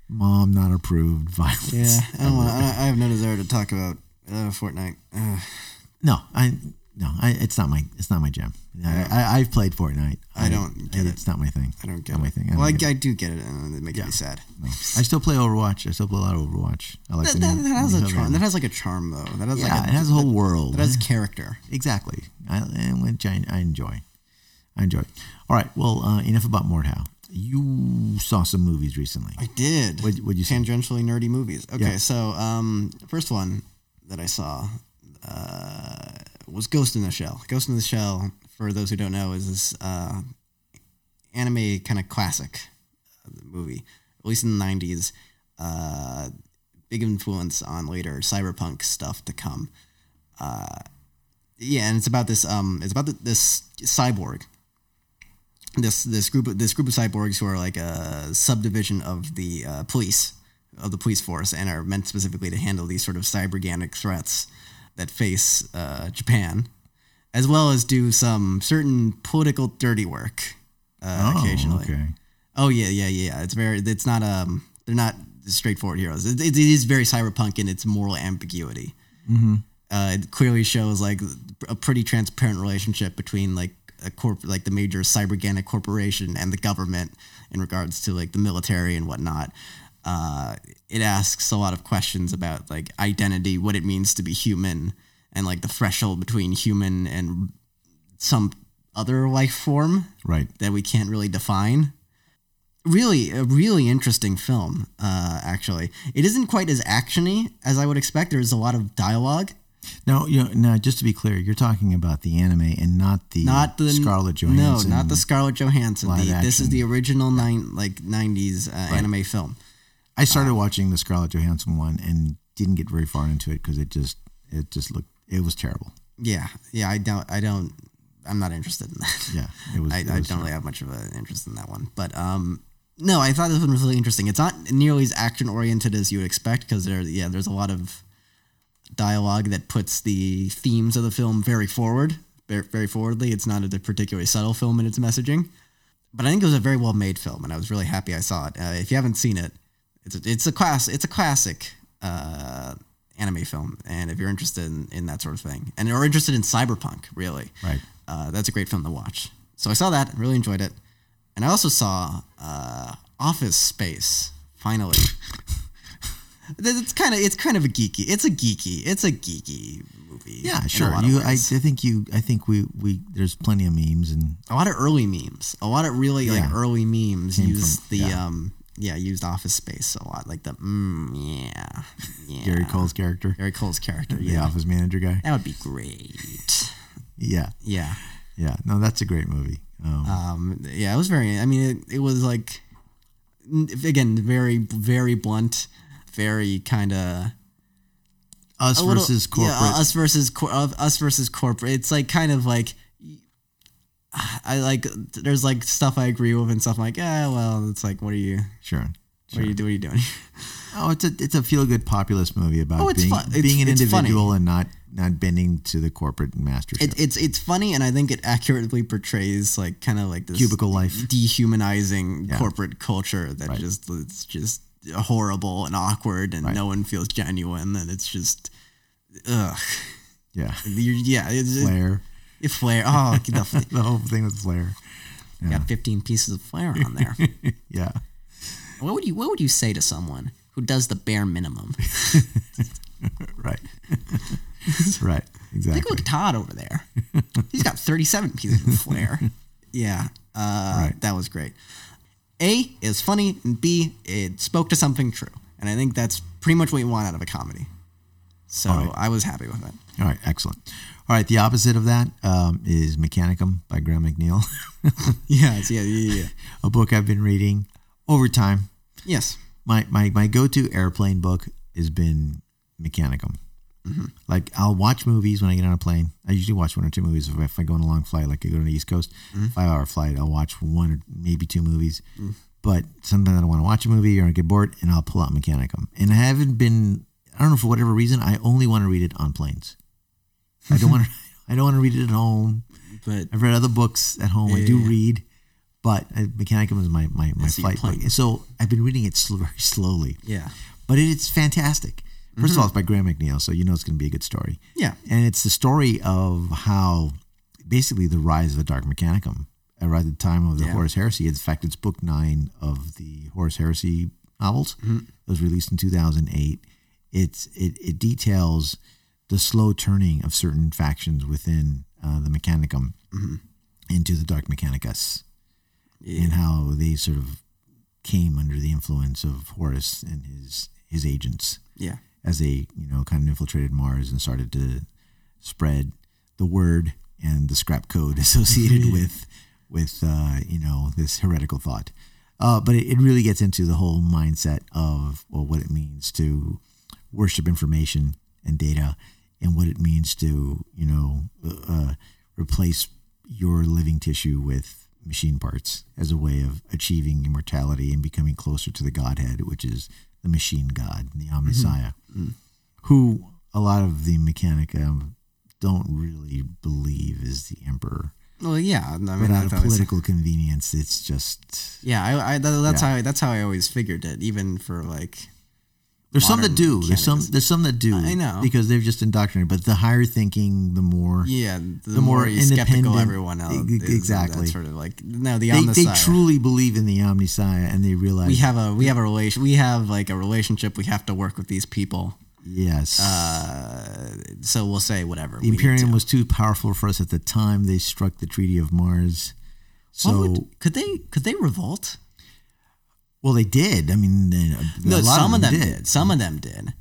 Speaker 1: mom not approved violence.
Speaker 2: Yeah, I don't want. I, don't- I have no desire to talk about uh, Fortnite. Uh,
Speaker 1: No, I no, I, it's not my it's not my jam. I, I I've played Fortnite.
Speaker 2: I don't get it.
Speaker 1: It's not my thing.
Speaker 2: I don't get
Speaker 1: not
Speaker 2: it.
Speaker 1: my thing. I
Speaker 2: well, I,
Speaker 1: don't get it.
Speaker 2: I do get it, and it makes me sad.
Speaker 1: No. I still play Overwatch. I still play a lot of Overwatch. I like
Speaker 2: That,
Speaker 1: the
Speaker 2: that,
Speaker 1: new-
Speaker 2: that has
Speaker 1: new
Speaker 2: a
Speaker 1: hook
Speaker 2: charm.
Speaker 1: on
Speaker 2: That
Speaker 1: it.
Speaker 2: has like a charm though. That has
Speaker 1: yeah,
Speaker 2: like a,
Speaker 1: it has a whole world.
Speaker 2: that has character.
Speaker 1: exactly. I, and which I, I enjoy. I enjoy. All right. Well, uh, enough about Mordhau. You saw some movies recently.
Speaker 2: I did.
Speaker 1: What- what'd you see?
Speaker 2: Tangentially nerdy movies. Okay,
Speaker 1: Yeah.
Speaker 2: so um, first one that I saw uh, was Ghost in the Shell. Ghost in the Shell, for those who don't know, is this uh, anime kind of classic uh, movie, at least in the '90s. Uh, big influence on later cyberpunk stuff to come. Uh, yeah, and it's about this um, it's about th this cyborg, this this group of this group of cyborgs who are like a subdivision of the uh, police of the police force and are meant specifically to handle these sort of cyberganic threats that face uh, Japan, as well as do some certain political dirty work uh,
Speaker 1: Oh,
Speaker 2: occasionally.
Speaker 1: Okay.
Speaker 2: Oh yeah, yeah, yeah. It's very. It's not. Um, they're not straightforward heroes. It, it is very cyberpunk in its moral ambiguity. Mm-hmm. Uh, it clearly shows like a pretty transparent relationship between like a corp, like the major cyberganic corporation and the government in regards to like the military and whatnot. Uh, it asks a lot of questions about like identity, what it means to be human, and like the threshold between human and some other life form
Speaker 1: Right.
Speaker 2: that we can't really define. Really, a really interesting film. Uh, actually, it isn't quite as actiony as I would expect. There's a lot of
Speaker 1: Mm.
Speaker 2: dialogue,
Speaker 1: Now, you know, now, just to be clear, you're talking about the anime and not the
Speaker 2: not the
Speaker 1: Scarlett Johansson.
Speaker 2: No, not the Scarlett Johansson.
Speaker 1: live
Speaker 2: The, this is
Speaker 1: action.
Speaker 2: the original nine like '90s uh, anime film.
Speaker 1: I started watching the Scarlett Johansson one and didn't get very far into it because it just it just looked it was terrible.
Speaker 2: Yeah, yeah. I don't. I don't. I'm not interested in that.
Speaker 1: Yeah, it was.
Speaker 2: I, I
Speaker 1: it
Speaker 2: don't
Speaker 1: was
Speaker 2: really have much of an interest in that one. But um, no, I thought this one was really interesting. It's not nearly as action oriented as you would expect because there, yeah, there's a lot of dialogue that puts the themes of the film very forward, ver- very forwardly. It's not a particularly subtle film in its messaging, but I think it was a very well made film, and I was really happy I saw it. Uh, if you haven't seen it, it's a, it's a class, it's a classic. Uh, anime film and if you're interested in, in that sort of thing and are interested in cyberpunk really
Speaker 1: Right.
Speaker 2: uh, that's a great film to watch. So I saw that, really enjoyed it, and I also saw uh, Office Space. Finally, Th- it's kind of it's kind of a geeky. It's a geeky. It's a geeky movie. in
Speaker 1: Yeah,
Speaker 2: a
Speaker 1: sure.
Speaker 2: lot of
Speaker 1: You, I, I
Speaker 2: ways.
Speaker 1: think you, I think we, we, there's plenty of memes and
Speaker 2: a lot of early memes. A lot of really like
Speaker 1: Yeah.
Speaker 2: early memes used
Speaker 1: from-
Speaker 2: the
Speaker 1: yeah.
Speaker 2: um yeah used Office Space a lot. Like the mm, yeah, yeah.
Speaker 1: Gary Cole's character,
Speaker 2: Gary Cole's character.
Speaker 1: the
Speaker 2: Yeah,
Speaker 1: office manager guy.
Speaker 2: that would be great.
Speaker 1: Yeah,
Speaker 2: Yeah.
Speaker 1: yeah. No, that's a great movie. Um,
Speaker 2: Um, yeah, it was very. I mean, it, it was like n- again very very blunt, very kind of
Speaker 1: us
Speaker 2: a little-
Speaker 1: versus corporate.
Speaker 2: Yeah, us versus cor- of us versus corporate. It's like kind of like I like. There's like stuff I agree with and stuff like yeah. Well, it's like what are you
Speaker 1: sure.
Speaker 2: what are you what are you doing?
Speaker 1: Oh, it's a it's a feel good populist movie about
Speaker 2: Oh, it's
Speaker 1: being,
Speaker 2: fun. It's-
Speaker 1: being an
Speaker 2: it's funny.
Speaker 1: individual and not not bending to the corporate mastership.
Speaker 2: It, it's it's funny and I think it accurately portrays like kind of like this
Speaker 1: Cubicle life.
Speaker 2: dehumanizing corporate culture that just it's just horrible and awkward and no one feels genuine and it's just ugh
Speaker 1: yeah,
Speaker 2: You're, yeah it's it,
Speaker 1: Flair.
Speaker 2: it flare oh the, f-
Speaker 1: The whole thing with Flair.
Speaker 2: got 15 pieces of flair on there
Speaker 1: Yeah.
Speaker 2: what would you what would you say to someone who does the bare minimum
Speaker 1: Right. right. Exactly.
Speaker 2: Take a look at Todd over there. He's got 37 pieces of flair. Yeah. Uh,
Speaker 1: Right.
Speaker 2: That was great. A, is funny, and B, it spoke to something true. And I think that's pretty much what you want out of a comedy. So
Speaker 1: All right.
Speaker 2: I was happy with it.
Speaker 1: All right, excellent. All right, the opposite of that um, is Mechanicum by Graham McNeil,
Speaker 2: Yes, yeah, yeah, yeah.
Speaker 1: a book I've been reading over time.
Speaker 2: yes.
Speaker 1: My my, my go to airplane book has been Mechanicum. Like I'll watch movies when I get on a plane. I usually watch one or two movies if, if I go on a long flight, like I go to the East Coast, five hour flight. I'll watch one or maybe two movies. But sometimes I don't want to watch a movie or I get bored, and I'll pull out Mechanicum. And I haven't been. I don't know for whatever reason. I only want to read it on planes. I don't want to. I don't want to read it at home.
Speaker 2: But
Speaker 1: I've read other books at home. I do
Speaker 2: Yeah.
Speaker 1: read, but uh, Mechanicum is my my, my
Speaker 2: That's your
Speaker 1: flight book.
Speaker 2: plan.
Speaker 1: So I've been reading it sl- very slowly,
Speaker 2: yeah, Mm-hmm.
Speaker 1: but it, it's fantastic. 1st of all, it's by Graham McNeil, so you know it's going to be a good story.
Speaker 2: yeah,
Speaker 1: And it's the story of how basically the rise of the Dark Mechanicum around the time of the
Speaker 2: Yeah.
Speaker 1: Horus Heresy. In fact, it's book nine of the Horus Heresy novels. It was released in 2008. It's it, it details the slow turning of certain factions within uh, the Mechanicum into the Dark Mechanicus and how they sort of came under the influence of Horus and his his agents
Speaker 2: yeah,
Speaker 1: as they you know kind of infiltrated Mars and started to spread the word and the scrap code associated with with uh, you know this heretical thought. Uh, but it, it really gets into the whole mindset of well what it means to worship information and data and what it means to you know uh, replace your living tissue with machine parts as a way of achieving immortality and becoming closer to the godhead which is the machine god the omnisaya who a lot of the mechanica don't really believe is the emperor
Speaker 2: well, yeah. I mean,
Speaker 1: but out
Speaker 2: that's
Speaker 1: of
Speaker 2: always,
Speaker 1: political convenience it's just
Speaker 2: yeah, I, I that, that's how that's how I always figured it, even for like,
Speaker 1: There's some that
Speaker 2: modern
Speaker 1: do. There's some.
Speaker 2: mechanism.
Speaker 1: There's some that do.
Speaker 2: I know.
Speaker 1: because they're just indoctrinated. But the higher thinking, the more
Speaker 2: yeah, the,
Speaker 1: The more
Speaker 2: more, you skeptical
Speaker 1: independent-
Speaker 2: everyone else,
Speaker 1: e-
Speaker 2: is, and
Speaker 1: exactly.
Speaker 2: That's sort of like no, the
Speaker 1: they,
Speaker 2: on the
Speaker 1: they
Speaker 2: side.
Speaker 1: truly believe in the omniscia and they realize.
Speaker 2: we have a we have a relation. We have like a relationship. We have to work with these people.
Speaker 1: yes,
Speaker 2: Uh, so we'll say whatever.
Speaker 1: the Imperium was too powerful for us at the time. They struck the Treaty of Mars. So
Speaker 2: could they could they revolt?
Speaker 1: well, they did. I mean, uh,
Speaker 2: No,
Speaker 1: a lot
Speaker 2: some of them, did.
Speaker 1: did.
Speaker 2: Some of them did.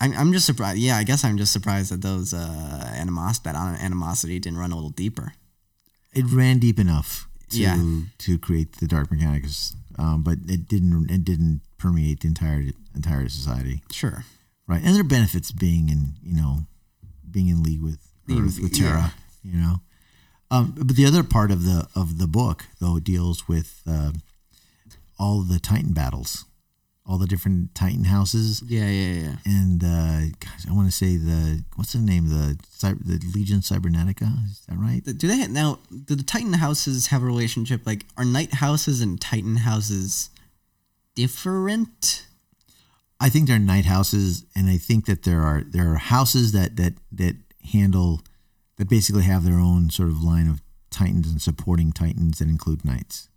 Speaker 2: I'm, I'm just surprised. Yeah, I guess I'm just surprised that those uh, animos that on- animosity didn't run a little deeper.
Speaker 1: It ran deep enough to
Speaker 2: Yeah.
Speaker 1: to create the Dark Mechanicus, um, but it didn't. It didn't permeate the entire entire society.
Speaker 2: Sure.
Speaker 1: Right. And there are benefits being in, you know, being in league with Earth, with Terra, you know. Um, but the other part of the of the book though deals with uh, all the Titan battles, all the different Titan houses,
Speaker 2: Yeah, yeah, yeah.
Speaker 1: and uh, gosh, I want to say the what's the name the cyber, the Legion Cybernetica is that right?
Speaker 2: Do they now? Do the Titan houses have a relationship? Like, are Night houses and Titan houses different?
Speaker 1: I think they're night houses, and I think that there are there are houses that that that handle that basically have their own sort of line of titans and supporting titans that include knights.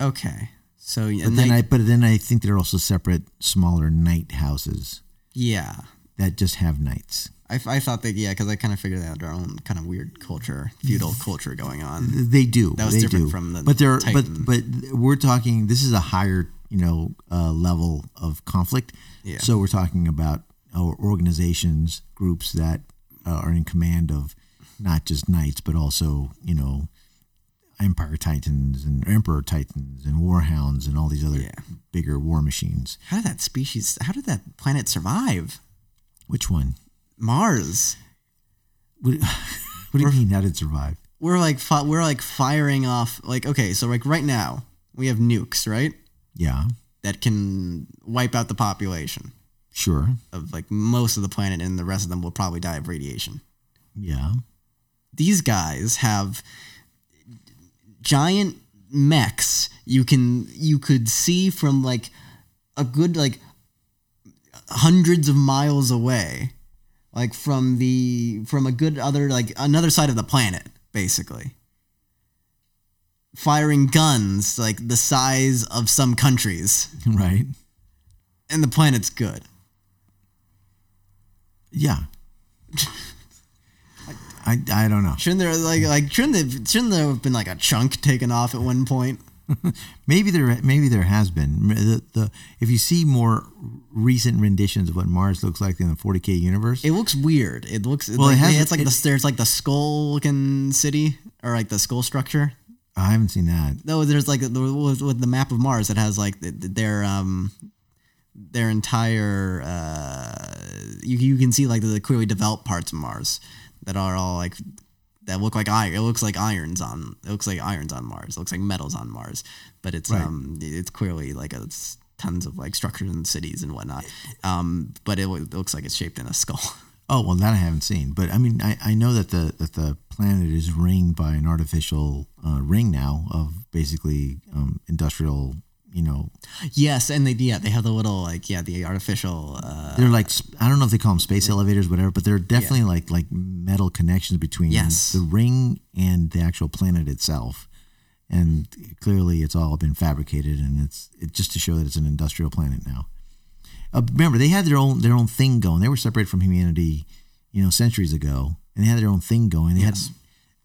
Speaker 2: Okay, so
Speaker 1: But then I but then I think there are also separate smaller knight houses
Speaker 2: yeah,
Speaker 1: that just have knights.
Speaker 2: I, I thought that yeah, because I kind of figured out our own kind of weird culture, feudal culture going on.
Speaker 1: They do.
Speaker 2: That was
Speaker 1: they
Speaker 2: different
Speaker 1: do.
Speaker 2: from the
Speaker 1: but there
Speaker 2: Titan.
Speaker 1: but but we're talking this is a higher you know uh, level of conflict.
Speaker 2: Yeah.
Speaker 1: So we're talking about our organizations groups that uh, are in command of not just knights but also you know empire titans and emperor titans and warhounds and all these other
Speaker 2: Yeah.
Speaker 1: bigger war machines.
Speaker 2: How did that species? How did that planet survive?
Speaker 1: Which one?
Speaker 2: Mars.
Speaker 1: What, what do you mean? How did it survive?
Speaker 2: we're like fi- we're like firing off like okay so like right now we have nukes right
Speaker 1: Yeah.
Speaker 2: that can wipe out the population
Speaker 1: Sure.
Speaker 2: of like most of the planet and the rest of them will probably die of radiation
Speaker 1: Yeah.
Speaker 2: these guys have giant mechs you can you could see from like a good like hundreds of miles away like from the from a good other like another side of the planet basically firing guns like the size of some countries
Speaker 1: Right.
Speaker 2: and the planet's good
Speaker 1: Yeah. I, I, I don't know.
Speaker 2: shouldn't there like like shouldn't there, shouldn't there have been like a chunk taken off at one point
Speaker 1: Maybe there maybe there has been the, the if you see more recent renditions of what Mars looks like in the 40k universe.
Speaker 2: It looks weird. It looks
Speaker 1: Well, it
Speaker 2: like,
Speaker 1: has-
Speaker 2: it's like
Speaker 1: it-
Speaker 2: the there's like the skull looking city or like the skull structure.
Speaker 1: I haven't seen that.
Speaker 2: No, there's like the, with, with the map of Mars that has like the, the- their um their entire uh you you can see like the clearly developed parts of Mars that are all like that look like iron. It looks like irons on it looks like irons on Mars. It looks like metals on Mars, but it's
Speaker 1: Right.
Speaker 2: um it's clearly like a, it's tons of like structures and cities and whatnot. Um, but it, lo- it looks like it's shaped in a skull.
Speaker 1: Oh well, that I haven't seen. But I mean, I, I know that the that the planet is ringed by an artificial uh, ring now of basically um, industrial. You know,
Speaker 2: Yes, and they yeah they have the little like yeah the artificial uh,
Speaker 1: they're like sp- I don't know if they call them space elevators, whatever, but they're definitely like like metal connections between
Speaker 2: Yes.
Speaker 1: the ring and the actual planet itself. And clearly, it's all been fabricated, and it's it, just to show that it's an industrial planet now. Uh, remember, they had their own their own thing going. They were separated from humanity, you know, centuries ago, and they had their own thing going. They
Speaker 2: Yes.
Speaker 1: had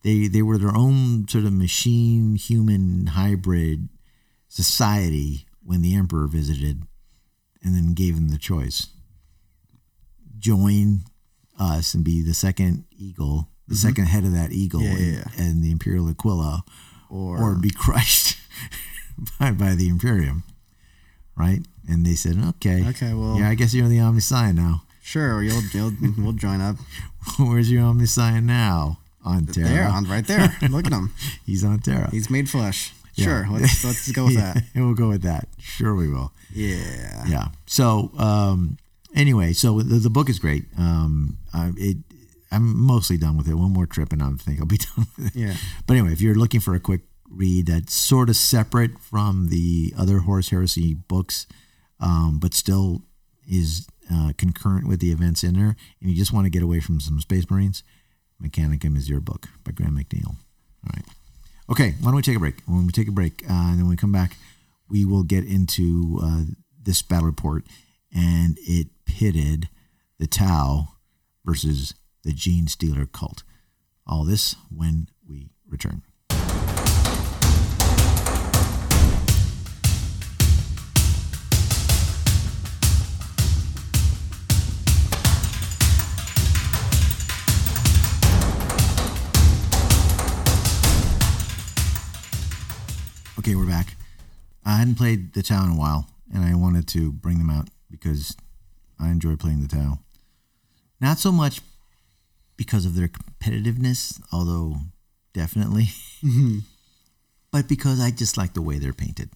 Speaker 1: they they were their own sort of machine human hybrid society when the emperor visited and then gave him the choice join us and be the second eagle the second head of that eagle
Speaker 2: Mm-hmm. Yeah,
Speaker 1: and,
Speaker 2: yeah,
Speaker 1: and the imperial aquila or, be crushed by, by the imperium right and they said okay
Speaker 2: Okay, well-
Speaker 1: yeah i guess you're the omniscient now
Speaker 2: sure you'll, you'll we'll join up
Speaker 1: where's your omniscient now on terra
Speaker 2: there on right there look at him
Speaker 1: he's on terra
Speaker 2: he's made flesh sure let's let's go with
Speaker 1: Yeah,
Speaker 2: that
Speaker 1: we'll go with that sure we will
Speaker 2: yeah
Speaker 1: yeah. So um, anyway, so the, the book is great. Um, I, it I'm mostly done with it. One more trip, and I think I'll be done with it.
Speaker 2: Yeah.
Speaker 1: But anyway, if you're looking for a quick read that's sort of separate from the other Horus Heresy books, um, but still is uh, concurrent with the events in there, and you just want to get away from some Space Marines, Mechanicum is your book by Graham McNeil. All right. Okay, why don't we take a break? When we take a break, uh, and then when we come back, we will get into uh, this battle report, and it pitted the Tau versus the Gene Stealer cult. All this when we return. Okay, we're back. I hadn't played the Tau in a while, and I wanted to bring them out because I enjoy playing the Tau. Not so much because of their competitiveness, although definitely, but because I just like the way they're painted.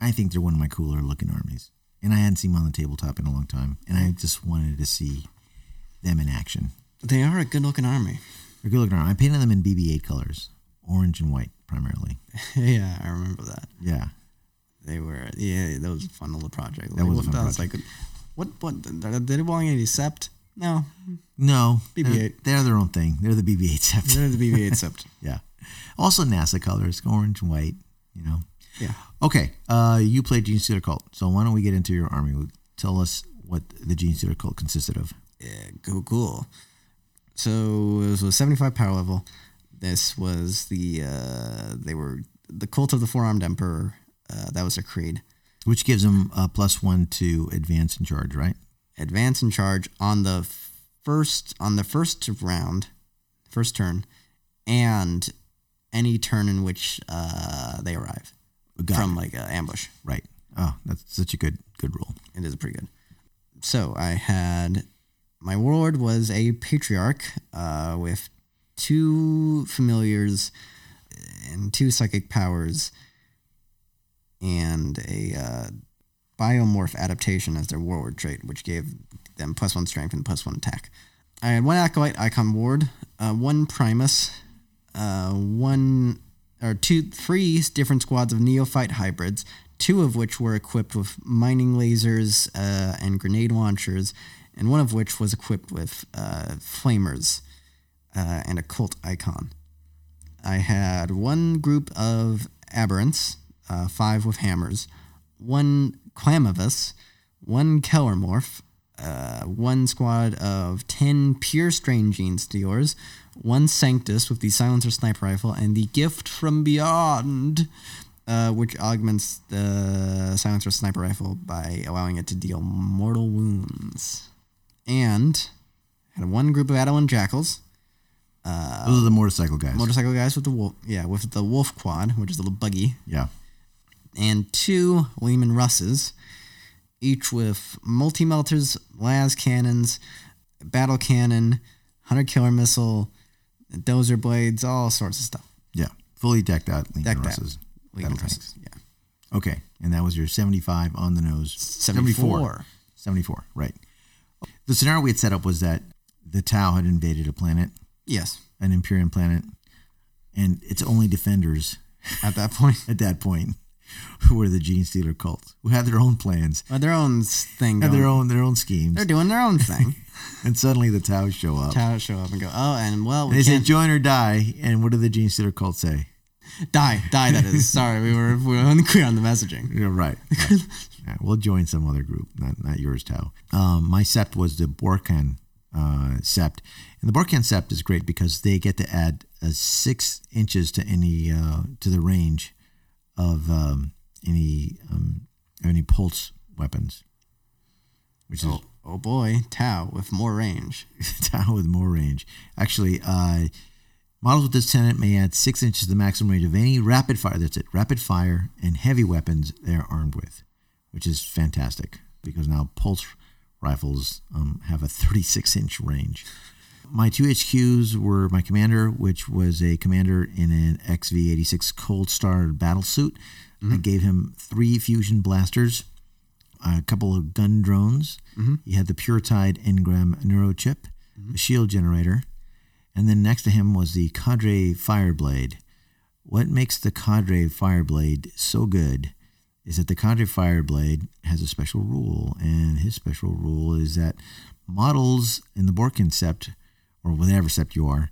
Speaker 1: I think they're one of my cooler looking armies, and I hadn't seen them on the tabletop in a long time, and I just wanted to see them in action.
Speaker 2: they are a good looking army
Speaker 1: They're good looking army. I painted them in BB-8 colors, orange and white primarily.
Speaker 2: yeah I remember that
Speaker 1: Yeah.
Speaker 2: They were yeah, that was a fun little project. That
Speaker 1: was a fun
Speaker 2: like what what did it belong in any sept? No.
Speaker 1: No,
Speaker 2: BB-8.
Speaker 1: They're, they're their own thing. They're the BB-8 sept.
Speaker 2: None of the BB eight sept.
Speaker 1: yeah. Also NASA colors, orange and white. You know.
Speaker 2: Yeah.
Speaker 1: Okay. Uh, you played Gene Stealer Cult, so why don't we get into your army? Tell us what the Gene Stealer Cult consisted of.
Speaker 2: Yeah, cool cool. So it was a seventy five power level. This was the uh they were the cult of the four armed emperor. Uh, that was their creed.
Speaker 1: Which gives them a plus one to advance and charge, right?
Speaker 2: Advance and charge on the first on the first round, first turn, and any turn in which uh, they arrive
Speaker 1: Got
Speaker 2: from like an ambush.
Speaker 1: Right. Oh, that's such a good good rule.
Speaker 2: it is pretty good. So I had my warlord was a patriarch uh, with two familiars and two psychic powers and a uh, biomorph adaptation as their warlord trait, which gave them plus one strength and plus one attack. I had one acolyte icon ward, uh, one primus, uh, one or two, three different squads of neophyte hybrids, two of which were equipped with mining lasers uh, and grenade launchers, and one of which was equipped with uh, flamers uh, and a cult icon. I had one group of aberrants, uh, five with hammers, one Clamavus, one Kellermorph, uh, one squad of 10 pure strain gene stealers, one Sanctus with the silencer sniper rifle, and the gift from beyond, uh, which augments the silencer sniper rifle by allowing it to deal mortal wounds. And had one group of Adeline Jackals,
Speaker 1: Those are the motorcycle guys.
Speaker 2: motorcycle guys with the wolf, yeah, with the wolf quad, which is a little buggy,
Speaker 1: yeah.
Speaker 2: and two Lehman Russes, each with multi melters, las cannons, battle cannon, hunter killer missile, dozer blades, all sorts of stuff.
Speaker 1: Yeah. Fully decked out. Leaning
Speaker 2: Decked out.
Speaker 1: Russes.
Speaker 2: Lehman
Speaker 1: Battle tanks.
Speaker 2: Russes, yeah.
Speaker 1: Okay. And that was your 75 on the nose.
Speaker 2: 74.
Speaker 1: 74, right. The scenario we had set up was that the Tau had invaded a planet
Speaker 2: Yes.
Speaker 1: an Empyrean planet, and it's only defenders
Speaker 2: At that point,
Speaker 1: at that point who were the gene stealer cult who had their own plans,
Speaker 2: Well, their own s- thing.
Speaker 1: had
Speaker 2: Going.
Speaker 1: their own their own schemes,
Speaker 2: They're doing their own thing.
Speaker 1: and suddenly the Tau show up.
Speaker 2: Tao show up and go. Oh, and well,
Speaker 1: and
Speaker 2: we
Speaker 1: they say
Speaker 2: can't
Speaker 1: join or die, and what did the gene stealer cult say?
Speaker 2: die. Die. That is. Sorry, we were we were unclear on the messaging.
Speaker 1: You're right. right. Yeah, we'll join some other group, not not yours, Tao. Um, my sept was the Borkan uh, sept, and the Borkan sept is great because they get to add uh, six inches to any uh, to the range of um, any um, any pulse weapons, which is
Speaker 2: Oh, oh boy, Tao with more range.
Speaker 1: Tau with more range. Actually, uh, models with this tenant may add six inches to the maximum range of any rapid fire. That's it, rapid fire and heavy weapons they are armed with, which is fantastic because now pulse rifles um, have a 36 inch range. My two HQs were my commander, which was a commander in an XV 86 Cold Star battle suit. I gave him three fusion blasters a couple of gun drones. He had the Puretide Engram neurochip, a shield generator, and then next to him was the Cadre Fireblade. What makes the Cadre Fireblade so good is that the Cadre Fireblade has a special rule, and his special rule is that models in the Borkin Sept, or whatever Sept you are,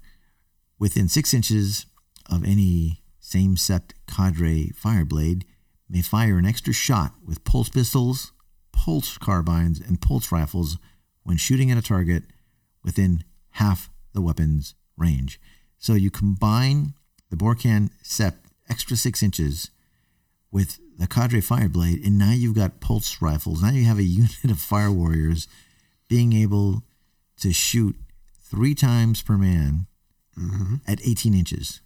Speaker 1: within six inches of any same sept cadre fireblade may fire an extra shot with pulse pistols, pulse carbines, and pulse rifles when shooting at a target within half the weapon's range. So you combine the Borkan sept extra six inches with the Cadre Fireblade, and now you've got pulse rifles. Now you have a unit of fire warriors being able to shoot three times per man at 18 inches.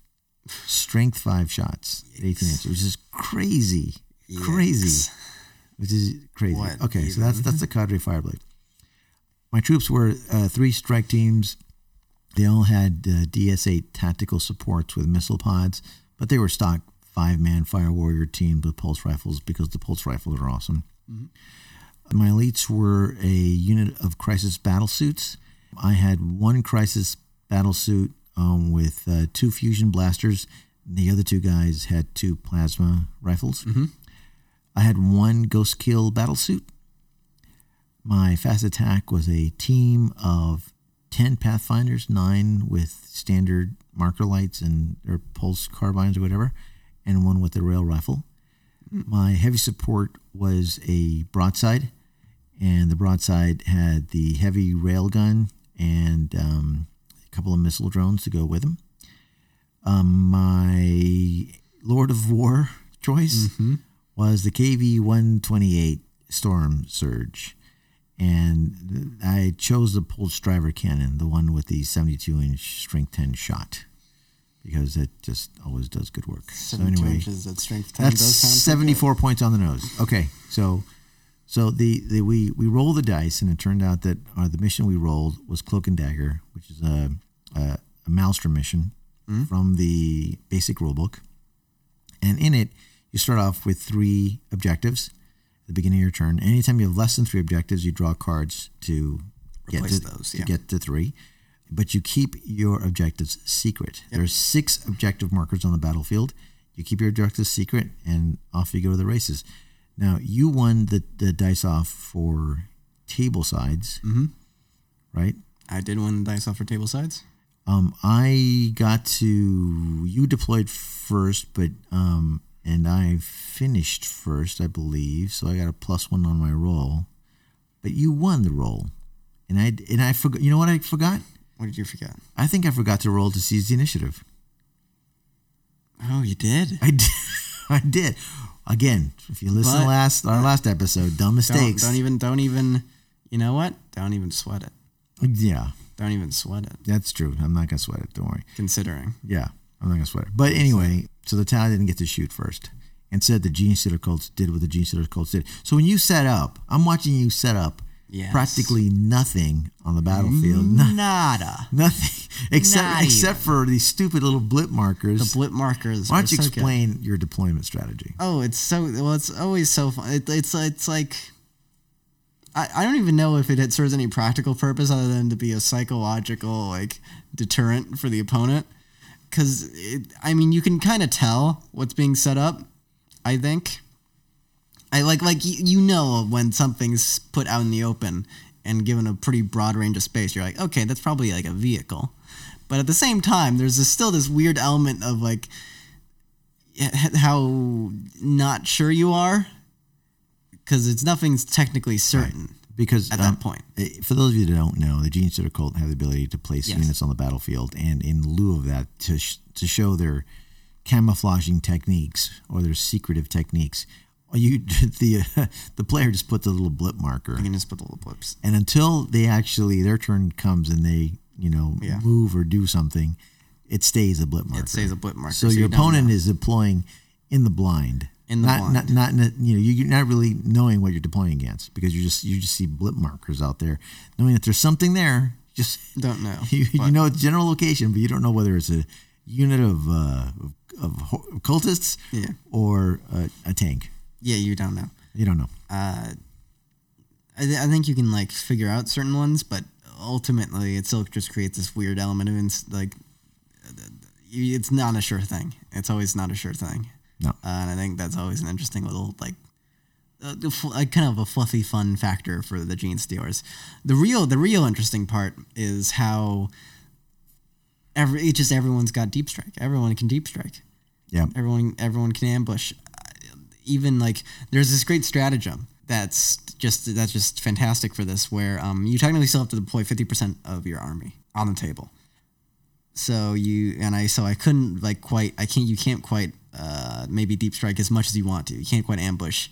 Speaker 1: Strength five shots at 18 inches, which is crazy. Crazy. Which is crazy.
Speaker 2: What
Speaker 1: okay, so that's that's the Cadre Fireblade. My troops were uh, three strike teams. They all had uh, DS8 tactical supports with missile pods, but they were stock five man fire warrior teams with pulse rifles because the pulse rifles are awesome. My elites were a unit of crisis battle suits. I had one crisis battle suit um, with uh, two fusion blasters. The other two guys had two plasma rifles. I had one ghost kill battle suit. My fast attack was a team of 10 Pathfinders, nine with standard marker lights and or pulse carbines or whatever, and one with a rail rifle. My heavy support was a broadside, and the broadside had the heavy rail gun and um, a couple of missile drones to go with them. Um, my Lord of War choice was the KV 128 Storm Surge. And th- I chose the Pulse Driver Cannon, the one with the 72 inch Strength 10 shot, because it just always does good work. So, anyway,
Speaker 2: inches at strength ten
Speaker 1: that's
Speaker 2: does sound pretty good.
Speaker 1: 74 points on the nose. Okay. So so the, the we we roll the dice and it turned out that uh, the mission we rolled was cloak and dagger, which is a a, a maelstrom mission from the basic rulebook. And in it, you start off with three objectives at the beginning of your turn. Anytime you have less than three objectives, you draw cards to
Speaker 2: Replace
Speaker 1: get to,
Speaker 2: those,
Speaker 1: to
Speaker 2: yeah.
Speaker 1: get to three. But you keep your objectives secret. There's six objective markers on the battlefield. You keep your objectives secret, and off you go to the races. Now you won the, the dice off for table sides,
Speaker 2: Mm-hmm.
Speaker 1: right?
Speaker 2: I did win the dice off for table sides.
Speaker 1: Um, I got to you deployed first, but um, and I finished first, I believe. So I got a plus one on my roll, but you won the roll, and I and I forgot. You know what I forgot?
Speaker 2: What did you forget?
Speaker 1: I think I forgot to roll to seize the initiative.
Speaker 2: Oh, you did.
Speaker 1: I did. I did. Again, if you listen to
Speaker 2: But-
Speaker 1: last our last episode, dumb
Speaker 2: Don't, e-,
Speaker 1: mistakes.
Speaker 2: don't even. Don't even. You know what? Don't even sweat it.
Speaker 1: yeah,
Speaker 2: Don't even sweat it.
Speaker 1: that's true. I'm not gonna sweat it. Don't worry.
Speaker 2: Considering.
Speaker 1: Yeah, I'm not gonna sweat it. But anyway, so the town didn't get to shoot first. Instead, the Gene Stealer Colts did what the Gene Stealer Colts did. So when you set up, I'm watching you set up
Speaker 2: Yes.
Speaker 1: practically nothing on the battlefield. No-
Speaker 2: Nada.
Speaker 1: nothing except
Speaker 2: Not
Speaker 1: except for these stupid little blip markers.
Speaker 2: The blip markers.
Speaker 1: Why
Speaker 2: are
Speaker 1: don't you
Speaker 2: so good.
Speaker 1: explain your deployment strategy?
Speaker 2: Oh, it's so well. It's always so fun. It, it's it's like I, I don't even know if it had- serves any practical purpose other than to be a psychological like deterrent for the opponent. Because, I mean, you can kind of tell what's being set up, I think. I like, like y- you know, when something's put out in the open and given a pretty broad range of space, you're like, okay, that's probably like a vehicle. But at the same time, there's this, still this weird element of like h- how not sure you are because it's nothing's technically certain.
Speaker 1: because
Speaker 2: At
Speaker 1: um,
Speaker 2: that point.
Speaker 1: eh, for those of you that don't know, the Gene Sitter cult have the ability to place
Speaker 2: Yes.
Speaker 1: units on the battlefield, and in lieu of that, to sh- to show their camouflaging techniques or their secretive techniques, you the uh, the player just puts a little blip marker,
Speaker 2: You can just put the little blips.
Speaker 1: and until they actually their turn comes and they you know
Speaker 2: Yeah.
Speaker 1: move or do something, it stays a blip marker.
Speaker 2: It stays a blip marker.
Speaker 1: So, your
Speaker 2: you don't
Speaker 1: opponent is deploying in the blind.
Speaker 2: In the
Speaker 1: not,
Speaker 2: blind.
Speaker 1: Not, not you know you- you're not really knowing what you're deploying against because you just you just see blip markers out there, knowing that there's something there. Just
Speaker 2: know- don't know.
Speaker 1: you, you
Speaker 2: but-
Speaker 1: know its general location, but you don't know whether it's a unit of uh, of, of ho- cultists
Speaker 2: Yeah.
Speaker 1: or a, a tank.
Speaker 2: yeah, you don't know.
Speaker 1: You don't know.
Speaker 2: I, th- I think you can like figure out certain ones, but ultimately, it still just creates this weird element of ins- like uh, you, it's not a sure thing. It's always not a sure thing.
Speaker 1: No.
Speaker 2: Uh, and I think that's always an interesting little like, uh, the fl- like kind of a fluffy fun factor for the Gene Stealers. The real the real interesting part is how every it's just everyone's got deep strike. Everyone can deep strike
Speaker 1: Yeah.
Speaker 2: everyone everyone can ambush Uh, even like there's this great stratagem that's just that's just fantastic for this where um, you technically still have to deploy 50% of your army on the table so you and i so i couldn't like quite i can't you can't quite uh, maybe deep strike as much as you want to you can't quite ambush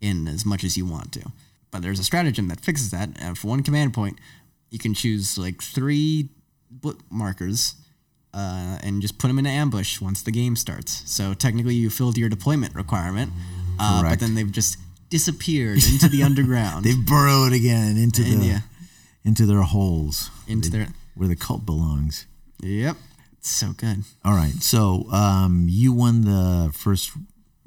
Speaker 2: in as much as you want to but there's a stratagem that fixes that and for one command point you can choose like three blip markers uh, and just put them in an ambush once the game starts so technically you filled your deployment requirement uh, but
Speaker 1: Correct.
Speaker 2: then they've just disappeared into the underground
Speaker 1: They've burrowed again into the
Speaker 2: India.
Speaker 1: into their holes
Speaker 2: into their
Speaker 1: where the cult belongs.
Speaker 2: yep it's so good
Speaker 1: All right. So um, you won the first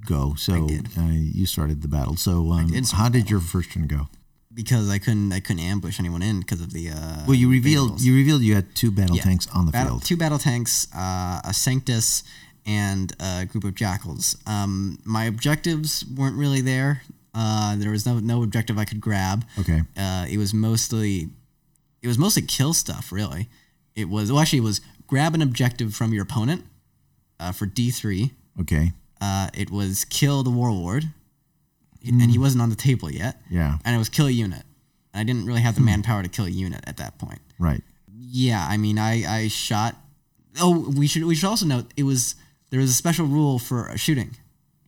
Speaker 1: go. So
Speaker 2: did.
Speaker 1: Uh, you started the battle. So um,
Speaker 2: did start
Speaker 1: how did your first turn go?
Speaker 2: because I couldn't I couldn't ambush anyone in because of the uh,
Speaker 1: Well, you revealed
Speaker 2: vehicles.
Speaker 1: you revealed you had two battle
Speaker 2: Yeah.
Speaker 1: tanks on the
Speaker 2: battle,
Speaker 1: field.
Speaker 2: two battle tanks, uh, a Sanctus, and a group of jackals. Um, my objectives weren't really there. Uh, there was no no objective I could grab.
Speaker 1: Okay.
Speaker 2: Uh, it was mostly it was mostly kill stuff. Really, it was well actually it was grab an objective from your opponent uh, for D three.
Speaker 1: Okay.
Speaker 2: Uh, it was kill the warlord, and he wasn't on the table yet.
Speaker 1: Mm. Yeah. Hmm.
Speaker 2: and it was kill a unit. And I didn't really have the manpower to kill a unit at that point.
Speaker 1: Right.
Speaker 2: Yeah, I mean, I I shot. Oh, we should we should also note it was there was a special rule for uh, shooting.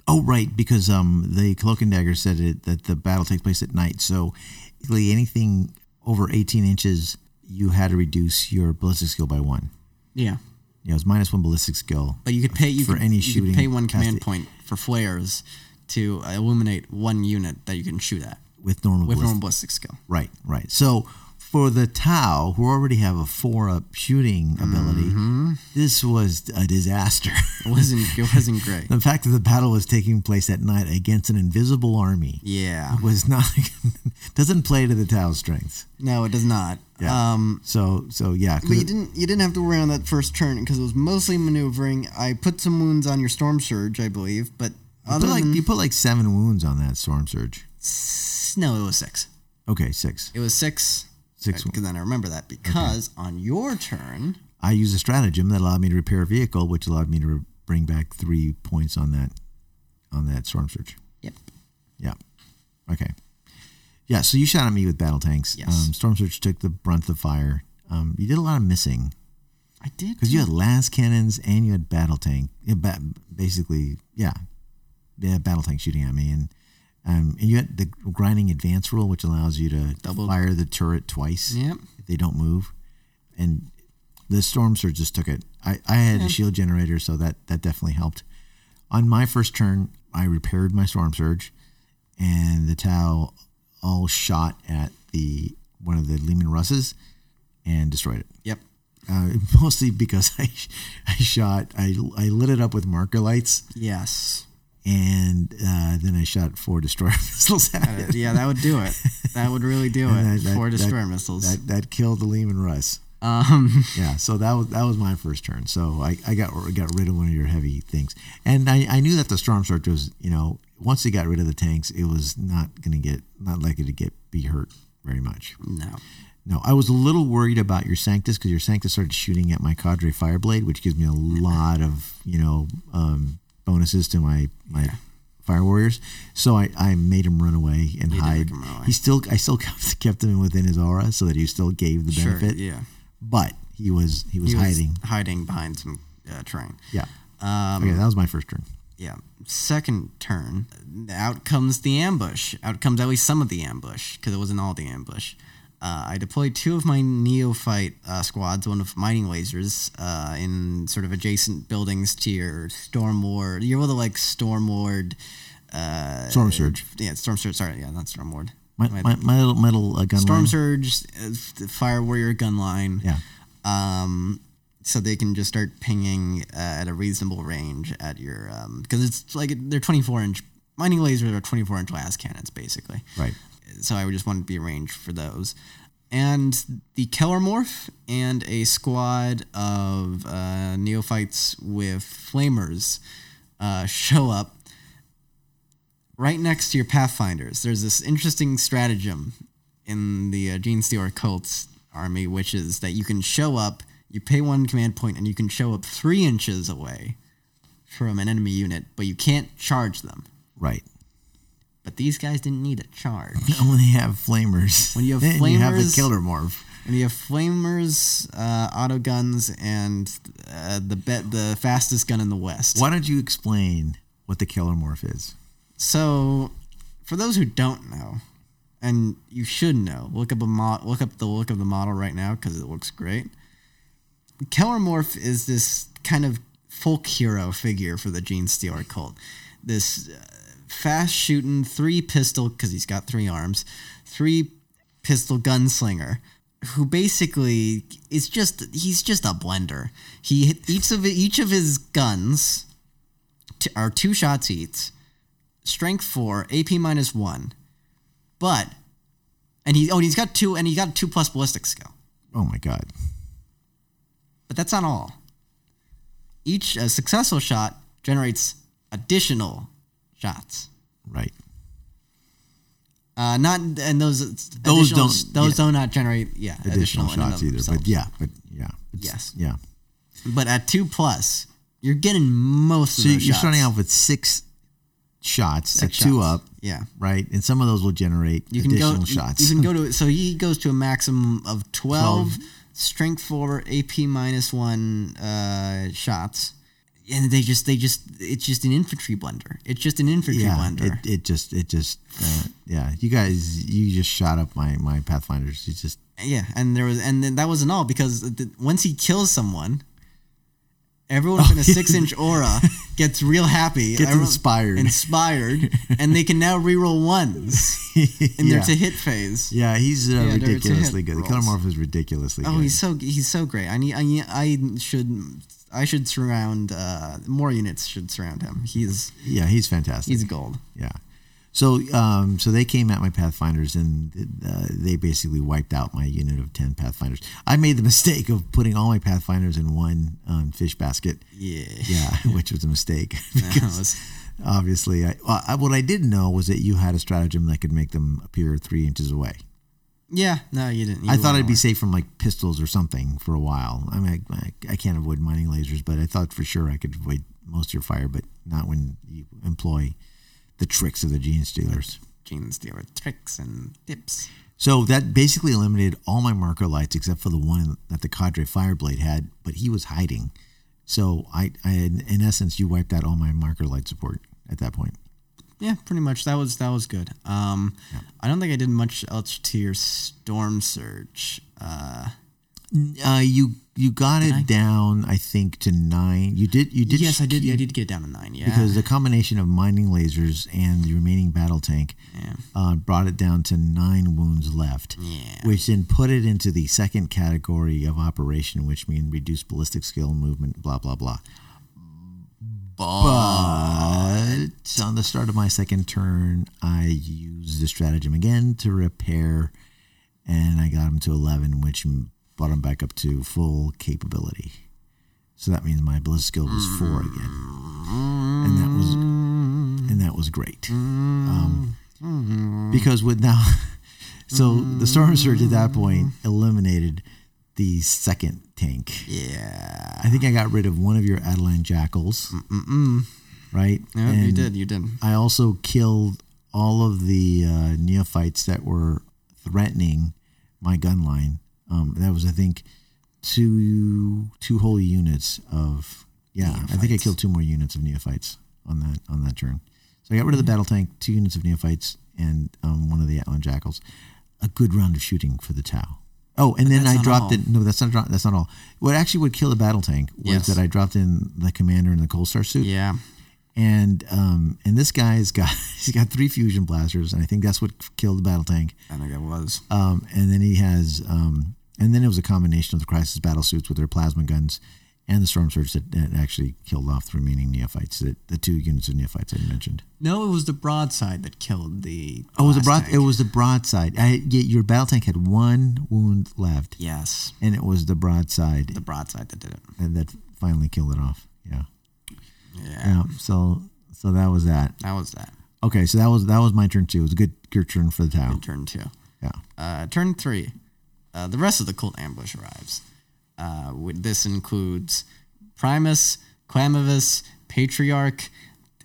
Speaker 1: Oh, right. Because um, the cloak and dagger said it, that the battle takes place at night. So, basically, anything over eighteen inches, you had to reduce your ballistic skill by one.
Speaker 2: Yeah,
Speaker 1: You know, it's minus one ballistic skill.
Speaker 2: but you could pay you
Speaker 1: For
Speaker 2: could,
Speaker 1: any
Speaker 2: you
Speaker 1: shooting
Speaker 2: could pay one
Speaker 1: has
Speaker 2: command
Speaker 1: to-
Speaker 2: point for flares to illuminate one unit that you can shoot at
Speaker 1: with normal
Speaker 2: with
Speaker 1: ballistic.
Speaker 2: normal ballistic skill.
Speaker 1: Right, right. So for the Tau, who already have a four up shooting ability,
Speaker 2: Mm-hmm.
Speaker 1: this was a disaster.
Speaker 2: It wasn't it wasn't great.
Speaker 1: the fact that the battle was taking place at night against an invisible army
Speaker 2: Yeah,
Speaker 1: was not doesn't play to the Tau's strengths.
Speaker 2: no, it does not.
Speaker 1: Yeah.
Speaker 2: Um,
Speaker 1: So so yeah, 'cause
Speaker 2: But you
Speaker 1: it-
Speaker 2: didn't you didn't have to worry on that first turn because it was mostly maneuvering. I put some wounds on your storm surge, I believe, but
Speaker 1: you
Speaker 2: other
Speaker 1: put like
Speaker 2: than
Speaker 1: you put like seven wounds on that storm surge.
Speaker 2: S- no, it was six.
Speaker 1: Okay, six.
Speaker 2: It was six.
Speaker 1: Six
Speaker 2: Because then I remember that because on your turn,
Speaker 1: I used a stratagem that allowed me to repair a vehicle, which allowed me to re- bring back three points on that on that storm surge.
Speaker 2: yep,
Speaker 1: Yeah. Okay. Yeah. So you shot at me with battle tanks.
Speaker 2: Yes.
Speaker 1: Um, Storm Surge took the brunt of the fire. Um, you did a lot of missing
Speaker 2: I did.
Speaker 1: because you had las cannons and you had battle tank. yeah, ba- basically, yeah, yeah, battle tank shooting at me, and um, and you had the grinding advance rule, which allows you to
Speaker 2: Double-
Speaker 1: fire the turret twice
Speaker 2: Yep.
Speaker 1: if they don't move, and the storm surge just took it. I, I had
Speaker 2: Hmm.
Speaker 1: a shield generator, so that that definitely helped. On my first turn, I repaired my storm surge, and the Tau all shot at the one of the Lehman Russes and destroyed it.
Speaker 2: Yep.
Speaker 1: Uh, mostly because I I shot I I lit it up with marker lights,
Speaker 2: Yes.
Speaker 1: and uh, then I shot four destroyer missiles at it.
Speaker 2: yeah, that would do it. That would really do it.
Speaker 1: that-
Speaker 2: Four
Speaker 1: that-
Speaker 2: destroyer missiles.
Speaker 1: That that killed the Lehman Russ.
Speaker 2: Um,
Speaker 1: yeah so that was that was my first turn so i, I got got rid of one of your heavy things and I, I knew that the storm surge was you know once they got rid of the tanks it was not going to get not likely to get be hurt very much
Speaker 2: no.
Speaker 1: no i was a little worried about your sanctus because your sanctus started shooting at my cadre fireblade which gives me a lot of you know um, bonuses to my my fire warriors so I, I made him run away and
Speaker 2: did
Speaker 1: hide
Speaker 2: make him run away.
Speaker 1: he still i still kept kept him within his aura so that he still gave the
Speaker 2: Sure.
Speaker 1: benefit
Speaker 2: Yeah.
Speaker 1: but he was he was
Speaker 2: He was
Speaker 1: hiding
Speaker 2: hiding behind some uh, train.
Speaker 1: Yeah.
Speaker 2: Um,
Speaker 1: okay, that was my first turn.
Speaker 2: Yeah. Second turn, out comes the ambush. Out comes at least some of the ambush, because it wasn't all the ambush. Uh, I deployed two of my neophyte uh, squads, one of mining lasers, uh, in sort of adjacent buildings to your storm ward. Your other like storm ward. Uh,
Speaker 1: Storm surge.
Speaker 2: yeah, storm surge. Sorry, yeah, not storm ward.
Speaker 1: My my, my little metal uh, gun
Speaker 2: storm
Speaker 1: line.
Speaker 2: surge, uh, f- fire warrior gun line.
Speaker 1: Yeah.
Speaker 2: um, so they can just start pinging uh, at a reasonable range at your um because it's like they're 24 inch mining lasers are 24 inch las cannons basically
Speaker 1: Right.
Speaker 2: so i would just wanted to be arranged for those and the Keller morph and a squad of uh, neophytes with flamers uh, show up right next to your pathfinders there's this interesting stratagem in the uh, gene stealer cult's army which is that you can show up you pay one command point and you can show up three inches away from an enemy unit but you can't charge them
Speaker 1: Right.
Speaker 2: but these guys didn't need a charge
Speaker 1: When they have flamers.
Speaker 2: When you have
Speaker 1: and you have the
Speaker 2: flamers-
Speaker 1: killer morph.
Speaker 2: And you have flamers, uh, auto guns, and uh, the bet the fastest gun in the west.
Speaker 1: Why don't you explain what the killer morph is?
Speaker 2: So, for those who don't know, and you should know, look up a mo- look up the look of the model right now because it looks great. Kellermorph is this kind of folk hero figure for the Gene Stealer cult. This uh, fast shooting three pistol because he's got three arms, three pistol gunslinger who basically is just he's just a blender. He each of each of his guns t- are two shots each strength four, AP minus one, but and he oh and he's got two and he got two plus ballistic skill.
Speaker 1: Oh my god.
Speaker 2: But that's not all. Each uh, successful shot generates additional shots.
Speaker 1: Right.
Speaker 2: Uh, not and those
Speaker 1: Those
Speaker 2: additional-
Speaker 1: don't-
Speaker 2: those
Speaker 1: yeah.
Speaker 2: do not generate yeah
Speaker 1: Additional,
Speaker 2: additional, in and
Speaker 1: shots
Speaker 2: of
Speaker 1: either.
Speaker 2: themselves.
Speaker 1: But yeah, but yeah. It's-
Speaker 2: Yes.
Speaker 1: Yeah.
Speaker 2: But at two plus, you're getting most
Speaker 1: So
Speaker 2: of
Speaker 1: you're
Speaker 2: those shots.
Speaker 1: starting off with six shots,
Speaker 2: Six
Speaker 1: so two
Speaker 2: shots.
Speaker 1: up,
Speaker 2: Yeah.
Speaker 1: right? And some of those will generate
Speaker 2: You can
Speaker 1: additional
Speaker 2: go.
Speaker 1: shots.
Speaker 2: You can go to. So he goes to a maximum of twelve, strength four, AP minus one uh, shots, and they just they just it's just an infantry blender. It's just an infantry
Speaker 1: yeah,
Speaker 2: blender.
Speaker 1: it, it just it just uh, yeah. You guys, you just shot up my my pathfinders. You just
Speaker 2: yeah, and there was and then that wasn't all because the, once he kills someone. Everyone within a six-inch aura gets real happy,
Speaker 1: Oh, Gets
Speaker 2: everyone-
Speaker 1: inspired.
Speaker 2: inspired, and they can now reroll ones in
Speaker 1: yeah.
Speaker 2: their to hit phase.
Speaker 1: Yeah, he's uh,
Speaker 2: they're- it's a hit
Speaker 1: ridiculously good. The killer
Speaker 2: rolls.
Speaker 1: morph is ridiculously
Speaker 2: Oh,
Speaker 1: good.
Speaker 2: he's so he's so great. I need I need, I should I should surround uh more units should surround him. He's
Speaker 1: yeah, he's fantastic.
Speaker 2: he's gold.
Speaker 1: yeah. So, um, so they came at my pathfinders, and uh, they basically wiped out my unit of ten pathfinders. I made the mistake of putting all my pathfinders in one um, fish basket.
Speaker 2: Yeah.
Speaker 1: Yeah, which was a mistake.
Speaker 2: That was-
Speaker 1: Obviously, I, well, I what I didn't know was that you had a stratagem that could make them appear three inches away.
Speaker 2: yeah, no, you didn't. You
Speaker 1: I thought
Speaker 2: went
Speaker 1: I'd be
Speaker 2: away.
Speaker 1: safe from like pistols or something for a while. I mean, I, I can't avoid mining lasers, but I thought for sure I could avoid most of your fire, but not when you employ the tricks of the gene stealers.
Speaker 2: Genes deal with tricks and tips.
Speaker 1: So that basically eliminated all my marker lights except for the one that the cadre fireblade had, but he was hiding. So I, I in essence, you wiped out all my marker light support at that point.
Speaker 2: Yeah, pretty much. That was that was good. Um, I don't think I did much else to your storm surge. Uh,
Speaker 1: Uh, you you got it down, I think, to nine. You did you did
Speaker 2: yes, I did.
Speaker 1: you
Speaker 2: I did get it down to nine. Yeah,
Speaker 1: because the combination of mining lasers and the remaining battle tank
Speaker 2: Yeah.
Speaker 1: uh, brought it down to nine wounds left,
Speaker 2: Yeah.
Speaker 1: which then put it into the second category of operation, which means reduced ballistic skill, movement, blah blah blah. But on the start of my second turn, I used the stratagem again to repair, and I got him to eleven, which m- brought them back up to full capability. So that means my Blizz skill was four again, and that was and that was great. Um, because with now, so the storm surge at that point eliminated the second tank.
Speaker 2: Yeah.
Speaker 1: I think I got rid of one of your Adeline Jackals. Mm-mm. Right?
Speaker 2: Yeah, you
Speaker 1: And
Speaker 2: did. You did.
Speaker 1: I also killed all of the uh, neophytes that were threatening my gun line. Um, that was, I think, two two whole units of yeah. I think I
Speaker 2: Neophytes.
Speaker 1: killed two more units of neophytes on that on that turn. So I got rid of
Speaker 2: Mm-hmm.
Speaker 1: the battle tank, two units of neophytes, and um, one of the Atlan jackals. A good round of shooting for the Tau. Oh, and then
Speaker 2: that's
Speaker 1: I
Speaker 2: not
Speaker 1: dropped
Speaker 2: all.
Speaker 1: it. No, that's not. dro- That's not all. What actually would kill the battle tank was
Speaker 2: Yes.
Speaker 1: that I dropped in the commander in the Cold Star suit
Speaker 2: Yeah.
Speaker 1: and um, and this guy's got he's got three fusion blasters, and I think that's what killed the battle tank.
Speaker 2: I think it was.
Speaker 1: Um, and then he has, um, and then it was a combination of the crisis battle suits with their plasma guns and the storm surge that, that actually killed off the remaining neophytes, the, the two units of neophytes I mentioned.
Speaker 2: No, it was the broadside that killed the.
Speaker 1: Oh, it was the
Speaker 2: glass
Speaker 1: broad,
Speaker 2: tank.
Speaker 1: it was the broadside. I, yeah, your battle tank had one wound left,
Speaker 2: Yes,
Speaker 1: and it was the broadside
Speaker 2: the broadside that did it.
Speaker 1: and that finally killed it off. Yeah,
Speaker 2: Yeah,
Speaker 1: yeah. So so that was that.
Speaker 2: that was that.
Speaker 1: Okay, so that was that was my turn too. It was a good good turn for the tower.
Speaker 2: Turn two.
Speaker 1: Yeah.
Speaker 2: Uh, turn three. Uh, the rest of the cult ambush arrives. Uh, with- this includes Primus, Clamavus, Patriarch,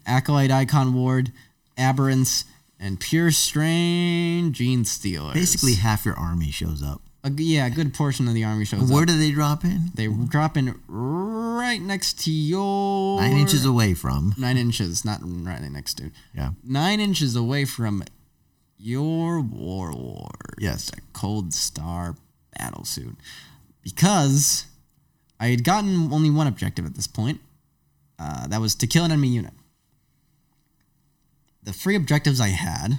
Speaker 2: Acolyte Icon Ward, Aberrance, and Pure Strain Gene Stealers.
Speaker 1: Basically, half your army shows up.
Speaker 2: a, g- yeah, a good portion of the army shows
Speaker 1: Where
Speaker 2: up.
Speaker 1: do they drop in?
Speaker 2: They drop in right next to your
Speaker 1: Nine inches away from.
Speaker 2: nine inches, not right next to.
Speaker 1: Yeah.
Speaker 2: nine inches away from your warlord.
Speaker 1: Yes.
Speaker 2: A Cold Star battlesuit. Because I had gotten only one objective at this point. Uh, that was to kill an enemy unit. The three objectives I had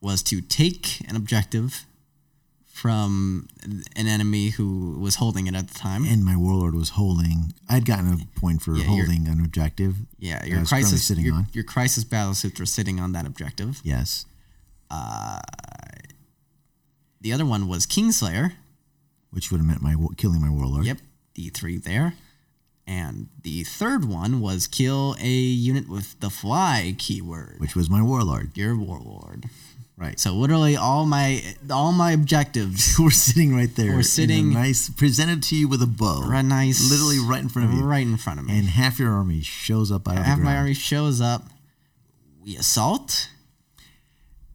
Speaker 2: was to take an objective from an enemy who was holding it at the time.
Speaker 1: And my warlord was holding. I'd gotten a point for
Speaker 2: Yeah, you're-
Speaker 1: holding an objective.
Speaker 2: yeah,
Speaker 1: that I
Speaker 2: your
Speaker 1: was currently
Speaker 2: crisis
Speaker 1: sitting
Speaker 2: your,
Speaker 1: on.
Speaker 2: your crisis battlesuits were sitting on that objective.
Speaker 1: Yes.
Speaker 2: The other one was Kingslayer,
Speaker 1: Which would have meant my wa- killing my warlord.
Speaker 2: Yep, the three there. And the third one was kill a unit with the fly keyword.
Speaker 1: Which was my warlord.
Speaker 2: Your warlord.
Speaker 1: Right.
Speaker 2: So literally all my all my objectives
Speaker 1: We're sitting right there. in a
Speaker 2: sitting-
Speaker 1: nice. Presented to you with a bow.
Speaker 2: are nice
Speaker 1: Literally right in front of you.
Speaker 2: Right in front of me.
Speaker 1: And half your army shows up out of
Speaker 2: Half
Speaker 1: the ground.
Speaker 2: my army shows up. We assault.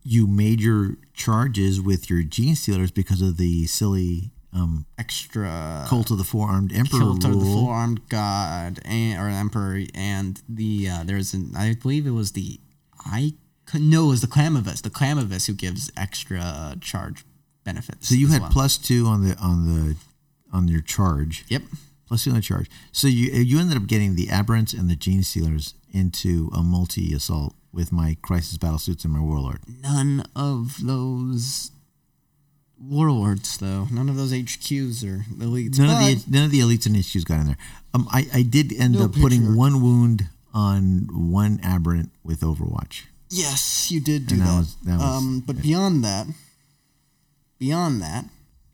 Speaker 1: You made your charges with your gene stealers because of the silly um,
Speaker 2: Extra
Speaker 1: cult of the four armed emperor
Speaker 2: Kilt Uh, of the
Speaker 1: rule.
Speaker 2: four armed god and, or emperor and the uh, there's an I believe it was the I no it was the Clamavis the Clamavis who gives extra uh, charge benefits.
Speaker 1: So you
Speaker 2: as
Speaker 1: had
Speaker 2: well.
Speaker 1: plus two on the on the on your charge.
Speaker 2: Yep.
Speaker 1: Plus two on the charge. So you you ended up getting the aberrants and the gene stealers into a multi assault with my crisis battle suits and my warlord.
Speaker 2: None of those warlords though. None of those HQs or elites.
Speaker 1: None
Speaker 2: but
Speaker 1: of the none of the elites and issues got in there. Um, I I did end
Speaker 2: No
Speaker 1: up putting
Speaker 2: patriarch.
Speaker 1: one wound on one aberrant with Overwatch.
Speaker 2: yes, you did do
Speaker 1: And
Speaker 2: that.
Speaker 1: that was- that was
Speaker 2: um, but beyond that, beyond that,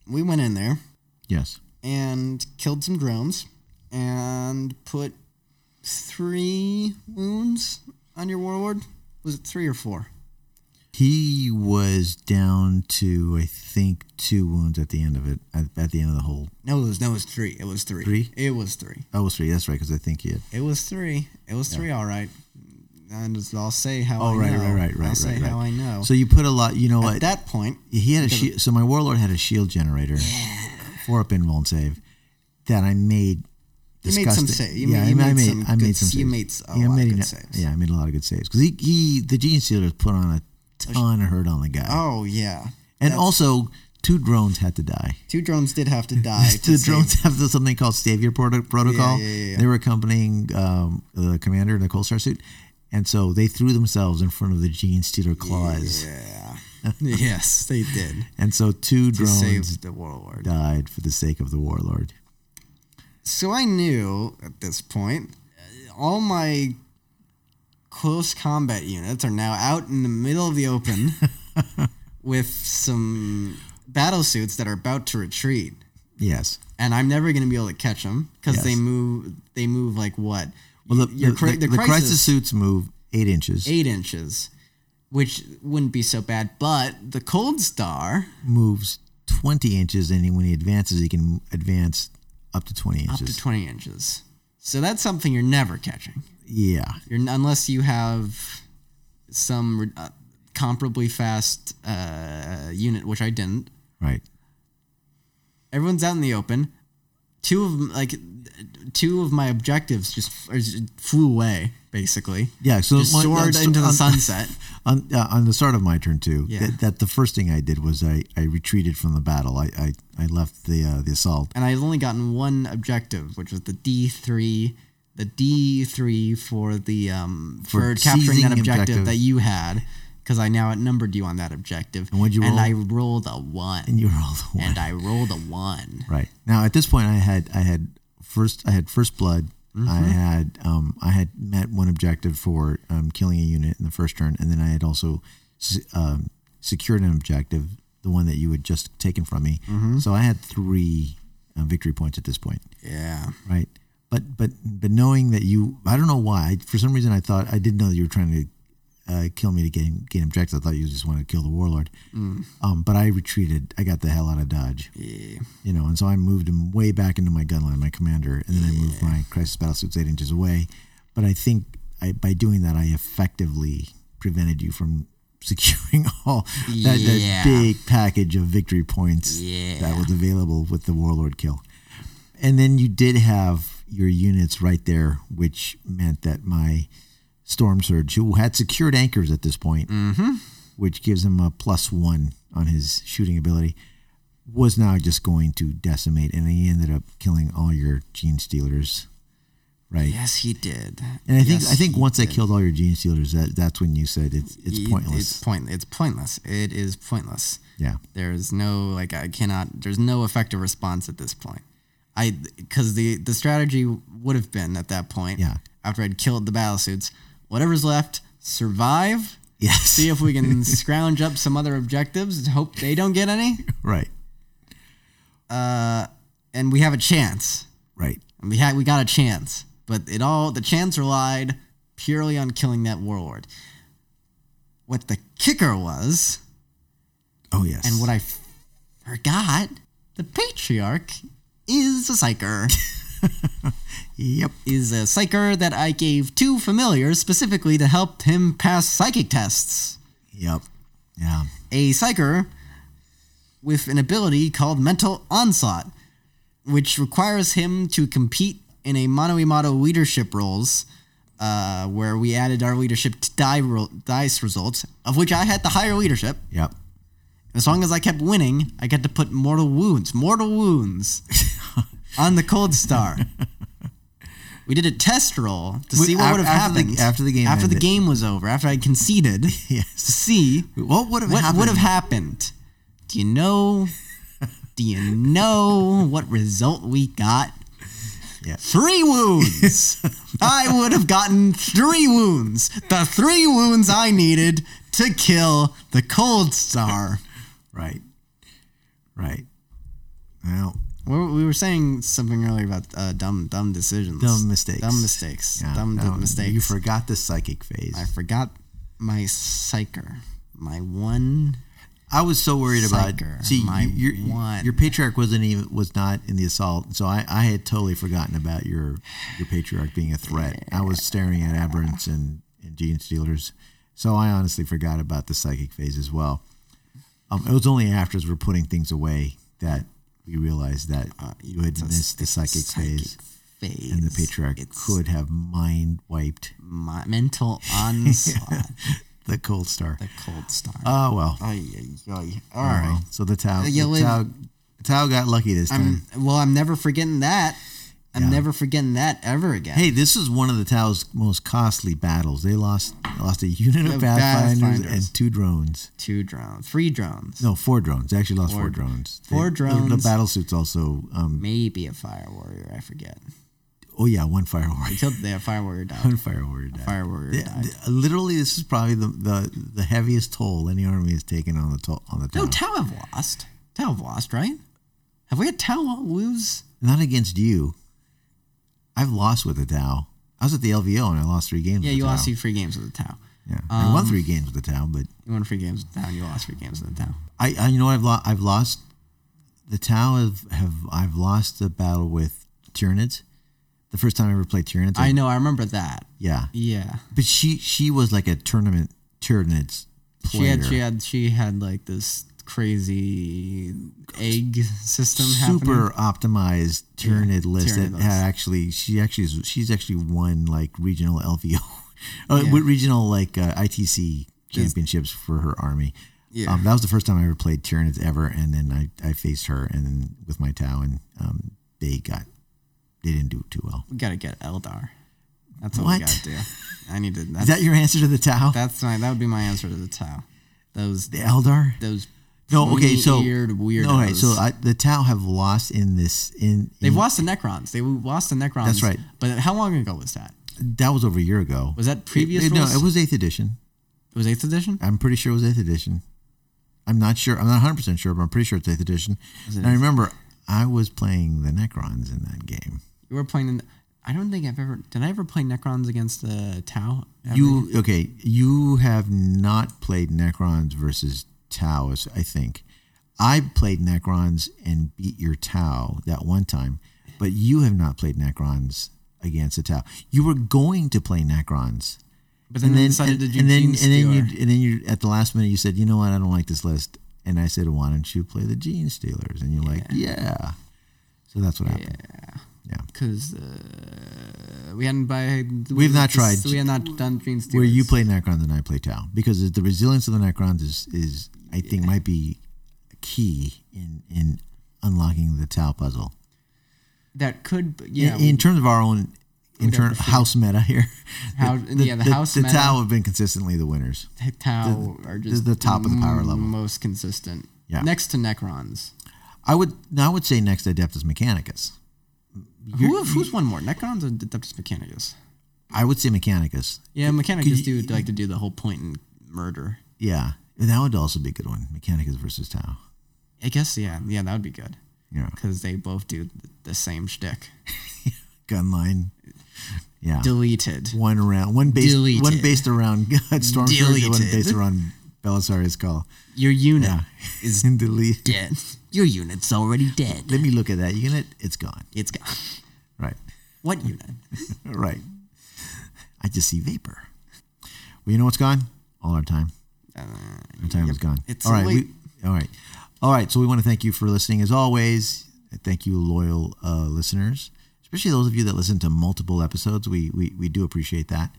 Speaker 2: we went in there.
Speaker 1: Yes.
Speaker 2: and killed some drones and put three wounds on your warlord. Was it three or four?
Speaker 1: He was down to I think two wounds at the end of it. At, at the end of the whole,
Speaker 2: No, it was no, it was three. It was three.
Speaker 1: Three?
Speaker 2: It was three.
Speaker 1: oh, it was three. That's right, because I think he had
Speaker 2: It was three. It was three. All right. And I'll say how
Speaker 1: Oh,
Speaker 2: I
Speaker 1: right,
Speaker 2: know.
Speaker 1: right, right, right,
Speaker 2: I'll say
Speaker 1: right, right.
Speaker 2: how I know.
Speaker 1: So you put a lot. You know
Speaker 2: at
Speaker 1: what?
Speaker 2: that point,
Speaker 1: he had a shield, so my warlord had a shield generator for up invuln save that I made.
Speaker 2: You made some
Speaker 1: disgusting-
Speaker 2: save. You
Speaker 1: yeah,
Speaker 2: made- you
Speaker 1: I, I
Speaker 2: made
Speaker 1: made.
Speaker 2: some
Speaker 1: I made
Speaker 2: good-
Speaker 1: some. Saves.
Speaker 2: you made a
Speaker 1: I
Speaker 2: lot of
Speaker 1: made
Speaker 2: good
Speaker 1: a-
Speaker 2: saves.
Speaker 1: Yeah, I made a lot of good saves because he, he the gene sealers put on a ton of hurt on the guy,
Speaker 2: oh yeah,
Speaker 1: and also two drones had to die.
Speaker 2: two drones did have to die. to
Speaker 1: Two
Speaker 2: save-
Speaker 1: drones have this something called Savior Proto- Protocol.
Speaker 2: yeah, yeah, yeah.
Speaker 1: They were accompanying um, the commander in the Cold Star suit, and so they threw themselves in front of the gene stealer claws,
Speaker 2: Yeah. yes, they did.
Speaker 1: and so two
Speaker 2: To
Speaker 1: drones
Speaker 2: save the warlord.
Speaker 1: died for the sake of the warlord.
Speaker 2: So I knew at this point, uh, all my close combat units are now out in the middle of the open with some battle suits that are about to retreat.
Speaker 1: Yes.
Speaker 2: and I'm never going to be able to catch them because they
Speaker 1: Yes.
Speaker 2: move. They move like what?
Speaker 1: Well, the,
Speaker 2: Your
Speaker 1: the,
Speaker 2: cri-
Speaker 1: the, the crisis. suits move eight inches.
Speaker 2: eight inches, which wouldn't be so bad. But the Cold Star
Speaker 1: Moves twenty inches, and when he advances, he can advance up to twenty
Speaker 2: up
Speaker 1: inches.
Speaker 2: to twenty inches. So that's something you're never catching.
Speaker 1: yeah.
Speaker 2: You're unless you have some re- uh, comparably fast uh, unit, which I didn't.
Speaker 1: Right.
Speaker 2: Everyone's out in the open. Two of 'em- like two of my objectives just, f- or just flew away basically.
Speaker 1: Yeah. So
Speaker 2: Just
Speaker 1: my-
Speaker 2: soared
Speaker 1: so-
Speaker 2: into the
Speaker 1: on-
Speaker 2: sunset.
Speaker 1: On, uh, on the start of my turn too,
Speaker 2: Yeah.
Speaker 1: that, that the first thing I did was I, I retreated from the battle. I I, I left the uh, the assault.
Speaker 2: and I've only gotten one objective, which was the D three, the D three for the um
Speaker 1: For
Speaker 2: for, capturing that
Speaker 1: seizing
Speaker 2: objective,
Speaker 1: objective.
Speaker 2: that you had, because I now outnumbered you on that objective. And
Speaker 1: what'd you roll?
Speaker 2: I rolled a one,
Speaker 1: And you rolled a one.
Speaker 2: and I rolled a one.
Speaker 1: Right now, at this point, I had I had first I had first blood. I had um, I had met one objective for um, killing a unit in the first turn, and then I had also se- um, secured an objective, the one that you had just taken from me. So I had three uh, victory points at this point,
Speaker 2: Yeah,
Speaker 1: right? But but but knowing that you, I don't know why. I, for some reason, I thought I didn't know that you were trying to. Uh, kill me to gain gain objectives. I thought you just wanted to kill the warlord, um, but I retreated. I got the hell out of dodge
Speaker 2: yeah.
Speaker 1: you know, and so I moved him way back into my gun line, my commander, and then I moved my crisis battle suits eight inches away. But I think I, by doing that, I effectively prevented you from securing all that,
Speaker 2: Yeah.
Speaker 1: that big package of victory points
Speaker 2: Yeah.
Speaker 1: that was available with the warlord kill. And then you did have your units right there, which meant that my storm surge, who had secured anchors at this point,
Speaker 2: Mm-hmm.
Speaker 1: which gives him a plus one on his shooting ability, was now just going to decimate, and he ended up killing all your gene stealers, right?
Speaker 2: Yes, he did.
Speaker 1: And I think
Speaker 2: Yes,
Speaker 1: I think
Speaker 2: he
Speaker 1: once I
Speaker 2: did.
Speaker 1: killed all your gene stealers, that that's when you said it's it's
Speaker 2: He- It's
Speaker 1: pointless.
Speaker 2: point. It's pointless. It is pointless.
Speaker 1: yeah,
Speaker 2: There's no like I cannot. There's no effective response at this point. I because the the strategy would have been at that point.
Speaker 1: Yeah.
Speaker 2: After I'd killed the battle suits, whatever's left, survive.
Speaker 1: yes,
Speaker 2: See if we can scrounge up some other objectives. and Hope they don't get any,
Speaker 1: right,
Speaker 2: and we have a chance.
Speaker 1: right,
Speaker 2: And we had we got a chance, but it all the chance relied purely on killing that warlord. What the kicker was,
Speaker 1: oh yes,
Speaker 2: and what I f- forgot, the patriarch is a psyker.
Speaker 1: yep,
Speaker 2: is a psyker that I gave two familiars specifically to help him pass psychic tests.
Speaker 1: yep, yeah,
Speaker 2: A psyker with an ability called Mental Onslaught, which requires him to compete in a mono mono leadership roles, uh, where we added our leadership to die ro- dice results, of which I had the higher leadership.
Speaker 1: yep.
Speaker 2: As long as I kept winning, I got to put mortal wounds, mortal wounds, on the Cold Star. We did a test roll to
Speaker 1: We-
Speaker 2: see what
Speaker 1: af-
Speaker 2: would have
Speaker 1: after the-
Speaker 2: happened
Speaker 1: after the game
Speaker 2: after the
Speaker 1: ended.
Speaker 2: game was over, after I conceded,
Speaker 1: Yes.
Speaker 2: to see
Speaker 1: What would have
Speaker 2: what
Speaker 1: happened?
Speaker 2: would have happened. Do you know? Do you know what result we got?
Speaker 1: Yeah.
Speaker 2: Three wounds. I would have gotten three wounds. The three wounds I needed to kill the Cold Star.
Speaker 1: Right. Right. Well,
Speaker 2: We were, we were saying something earlier about uh, dumb dumb decisions,
Speaker 1: Dumb mistakes.
Speaker 2: dumb mistakes,
Speaker 1: yeah,
Speaker 2: dumb,
Speaker 1: no,
Speaker 2: dumb mistakes.
Speaker 1: You forgot the psychic phase.
Speaker 2: I forgot my psyker, my one.
Speaker 1: I was so worried
Speaker 2: Psyker,
Speaker 1: about. See,
Speaker 2: my
Speaker 1: y- your,
Speaker 2: one.
Speaker 1: your patriarch wasn't even was not in the assault, so I, I had totally forgotten about your your patriarch being a threat. I was staring at aberrants and and gene stealers, so I honestly forgot about the psychic phase as well. Um, it was only after we were putting things away that we realized that you had missed the psychic, phase,
Speaker 2: phase,
Speaker 1: and the patriarch
Speaker 2: It's
Speaker 1: could have mind wiped
Speaker 2: my mental onslaught.
Speaker 1: the cold star.
Speaker 2: the cold star.
Speaker 1: Oh well.
Speaker 2: Ay, ay, ay. All
Speaker 1: Oh,
Speaker 2: right.
Speaker 1: well. So the Tau,
Speaker 2: Yeah,
Speaker 1: the
Speaker 2: wait.
Speaker 1: Tau, the Tau got lucky this time.
Speaker 2: Mm, Well, I'm never forgetting that. I'm never forgetting that ever again.
Speaker 1: Hey, this is one of the Tau's most costly battles. They lost lost a unit of
Speaker 2: Of
Speaker 1: pathfinders,
Speaker 2: Pathfinders.
Speaker 1: and two drones.
Speaker 2: Two drones, three drones,
Speaker 1: No, four drones. They actually lost four, drones. They-
Speaker 2: four
Speaker 1: the- The,
Speaker 2: drones.
Speaker 1: battle suits also. Um,
Speaker 2: maybe a fire warrior. I forget.
Speaker 1: oh yeah, one fire warrior.
Speaker 2: Killed the fire warrior died.
Speaker 1: One fire warrior. Died.
Speaker 2: Fire warrior
Speaker 1: The-
Speaker 2: died.
Speaker 1: the- literally, this is probably the, the the heaviest toll any army has taken on the toll on the Tau.
Speaker 2: No, Tau have lost. Tau have lost, right? Have we had towel lose?
Speaker 1: Not against you. I've lost with a Tau. I was at the LVO and I lost three games.
Speaker 2: Yeah,
Speaker 1: with
Speaker 2: you
Speaker 1: the
Speaker 2: lost um,
Speaker 1: Tau.
Speaker 2: two free games with the Tau.
Speaker 1: Yeah, I won three games with the Tau, but
Speaker 2: You won free games with the Tau. You lost free games with the Tau.
Speaker 1: I, I you know what I've lost. I've lost the Tau. Have, have I've lost the battle with Tyranids. The first time I ever played Tyranids.
Speaker 2: I know. I remember that.
Speaker 1: yeah,
Speaker 2: Yeah.
Speaker 1: but she she was like a tournament Tyranids player.
Speaker 2: She had, she had she had like this crazy egg system happening.
Speaker 1: super optimized Tyranid list
Speaker 2: Tyranid
Speaker 1: that
Speaker 2: list.
Speaker 1: had actually she actually is, she's actually won like regional LVO, uh, with regional like uh, ITC championships for her army.
Speaker 2: Yeah.
Speaker 1: Um, that was the first time I ever played Tyranids ever, and then I, I faced her and then with my Tau, and um, they got they didn't do too well.
Speaker 2: We gotta get Eldar. That's what,
Speaker 1: What?
Speaker 2: we gotta do. I need to.
Speaker 1: Is
Speaker 2: That's,
Speaker 1: that your answer to the Tau?
Speaker 2: that's my. That would be my answer to the Tau. Those
Speaker 1: the Eldar?
Speaker 2: those.
Speaker 1: No, okay, so
Speaker 2: weird weirdos.
Speaker 1: No, okay, so I, the Tau have lost in this in,
Speaker 2: they've
Speaker 1: in
Speaker 2: lost the Necrons. They lost the Necrons.
Speaker 1: That's right.
Speaker 2: But how long ago was that?
Speaker 1: that was over a year ago.
Speaker 2: Was that previous?
Speaker 1: It- no,
Speaker 2: rules?
Speaker 1: it was eighth edition.
Speaker 2: It was eighth edition.
Speaker 1: I'm pretty sure it was eighth edition. I'm not sure. I'm not 100 percent sure, but I'm pretty sure it's eighth edition. And I remember I was playing the Necrons in that game.
Speaker 2: You were playing. In, I don't think I've ever. Did I ever play Necrons against the Tau? Ever?
Speaker 1: You okay? You have not played Necrons versus Taus, I think. I played Necrons and beat your Tau that one time, but you have not played Necrons against a Tau. You were going to play Necrons,
Speaker 2: but then, they decided to do
Speaker 1: and then
Speaker 2: Gene
Speaker 1: and then
Speaker 2: Stealer.
Speaker 1: you and then you at the last minute you said, you know what, I don't like this list, and I said, why don't you play the Gene Stealers? And you're like, yeah. So that's what happened. Yeah.
Speaker 2: because uh, we hadn't by
Speaker 1: We've not tried.
Speaker 2: We had not done Gene Steelers.
Speaker 1: Where you play Necrons and I play Tau because the resilience of the Necrons is is I think might be key in in unlocking the Tau puzzle.
Speaker 2: That could b-
Speaker 1: In-
Speaker 2: yeah.
Speaker 1: in, terms of our own. In
Speaker 2: Whatever,
Speaker 1: turn, house meta here.
Speaker 2: How- yeah, the house
Speaker 1: the
Speaker 2: meta.
Speaker 1: Tau have been consistently the winners.
Speaker 2: the Tau are just
Speaker 1: the top of the power level.
Speaker 2: most consistent.
Speaker 1: Yeah.
Speaker 2: Next to Necrons.
Speaker 1: I would, no, I would say next Adeptus Mechanicus.
Speaker 2: Who, who's one more, Necrons or Adeptus Mechanicus?
Speaker 1: I would say Mechanicus.
Speaker 2: Yeah, Mechanicus do like to do the whole point and murder.
Speaker 1: Yeah, that would also be a good one. Mechanicus versus Tau.
Speaker 2: I guess yeah, yeah, that would be good
Speaker 1: Yeah,
Speaker 2: because they both do th- the same shtick.
Speaker 1: gunline. Yeah,
Speaker 2: Deleted.
Speaker 1: one around one based
Speaker 2: Deleted.
Speaker 1: one based around Stormtrooper, one
Speaker 2: Deleted.
Speaker 1: based around Belisarius call.
Speaker 2: Your unit
Speaker 1: Is delete.
Speaker 2: dead. Your unit's already dead.
Speaker 1: Let me look at that unit. It's gone.
Speaker 2: It's gone.
Speaker 1: Right,
Speaker 2: What unit?
Speaker 1: right. I just see vapor. Well, you know what's gone? All our time.
Speaker 2: Uh,
Speaker 1: Our time is gone.
Speaker 2: It's
Speaker 1: all right.
Speaker 2: late.
Speaker 1: We, all right. All right. So we want to thank you for listening as always. And Thank you, loyal uh, listeners, especially those of you that listen to multiple episodes. We, we we do appreciate that.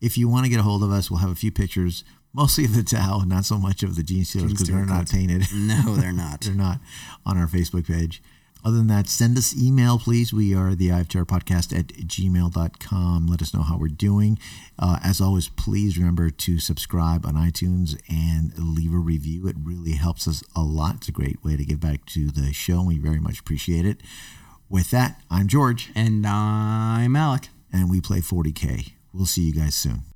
Speaker 1: If you want to get a hold of us, we'll have a few pictures, mostly of the towel, not so much of the jean stealers because they're not painted.
Speaker 2: No, they're not.
Speaker 1: they're not on our Facebook page. Other than that, send us email, please. We are the Eye of Terror podcast at gmail.com. Let us know how we're doing. Uh, as always, please remember to subscribe on iTunes and leave a review. It really helps us a lot. It's a great way to give back to the show. and We very much appreciate it. With that, I'm George,
Speaker 2: and I'm Alec.
Speaker 1: and we play 40K. We'll see you guys soon.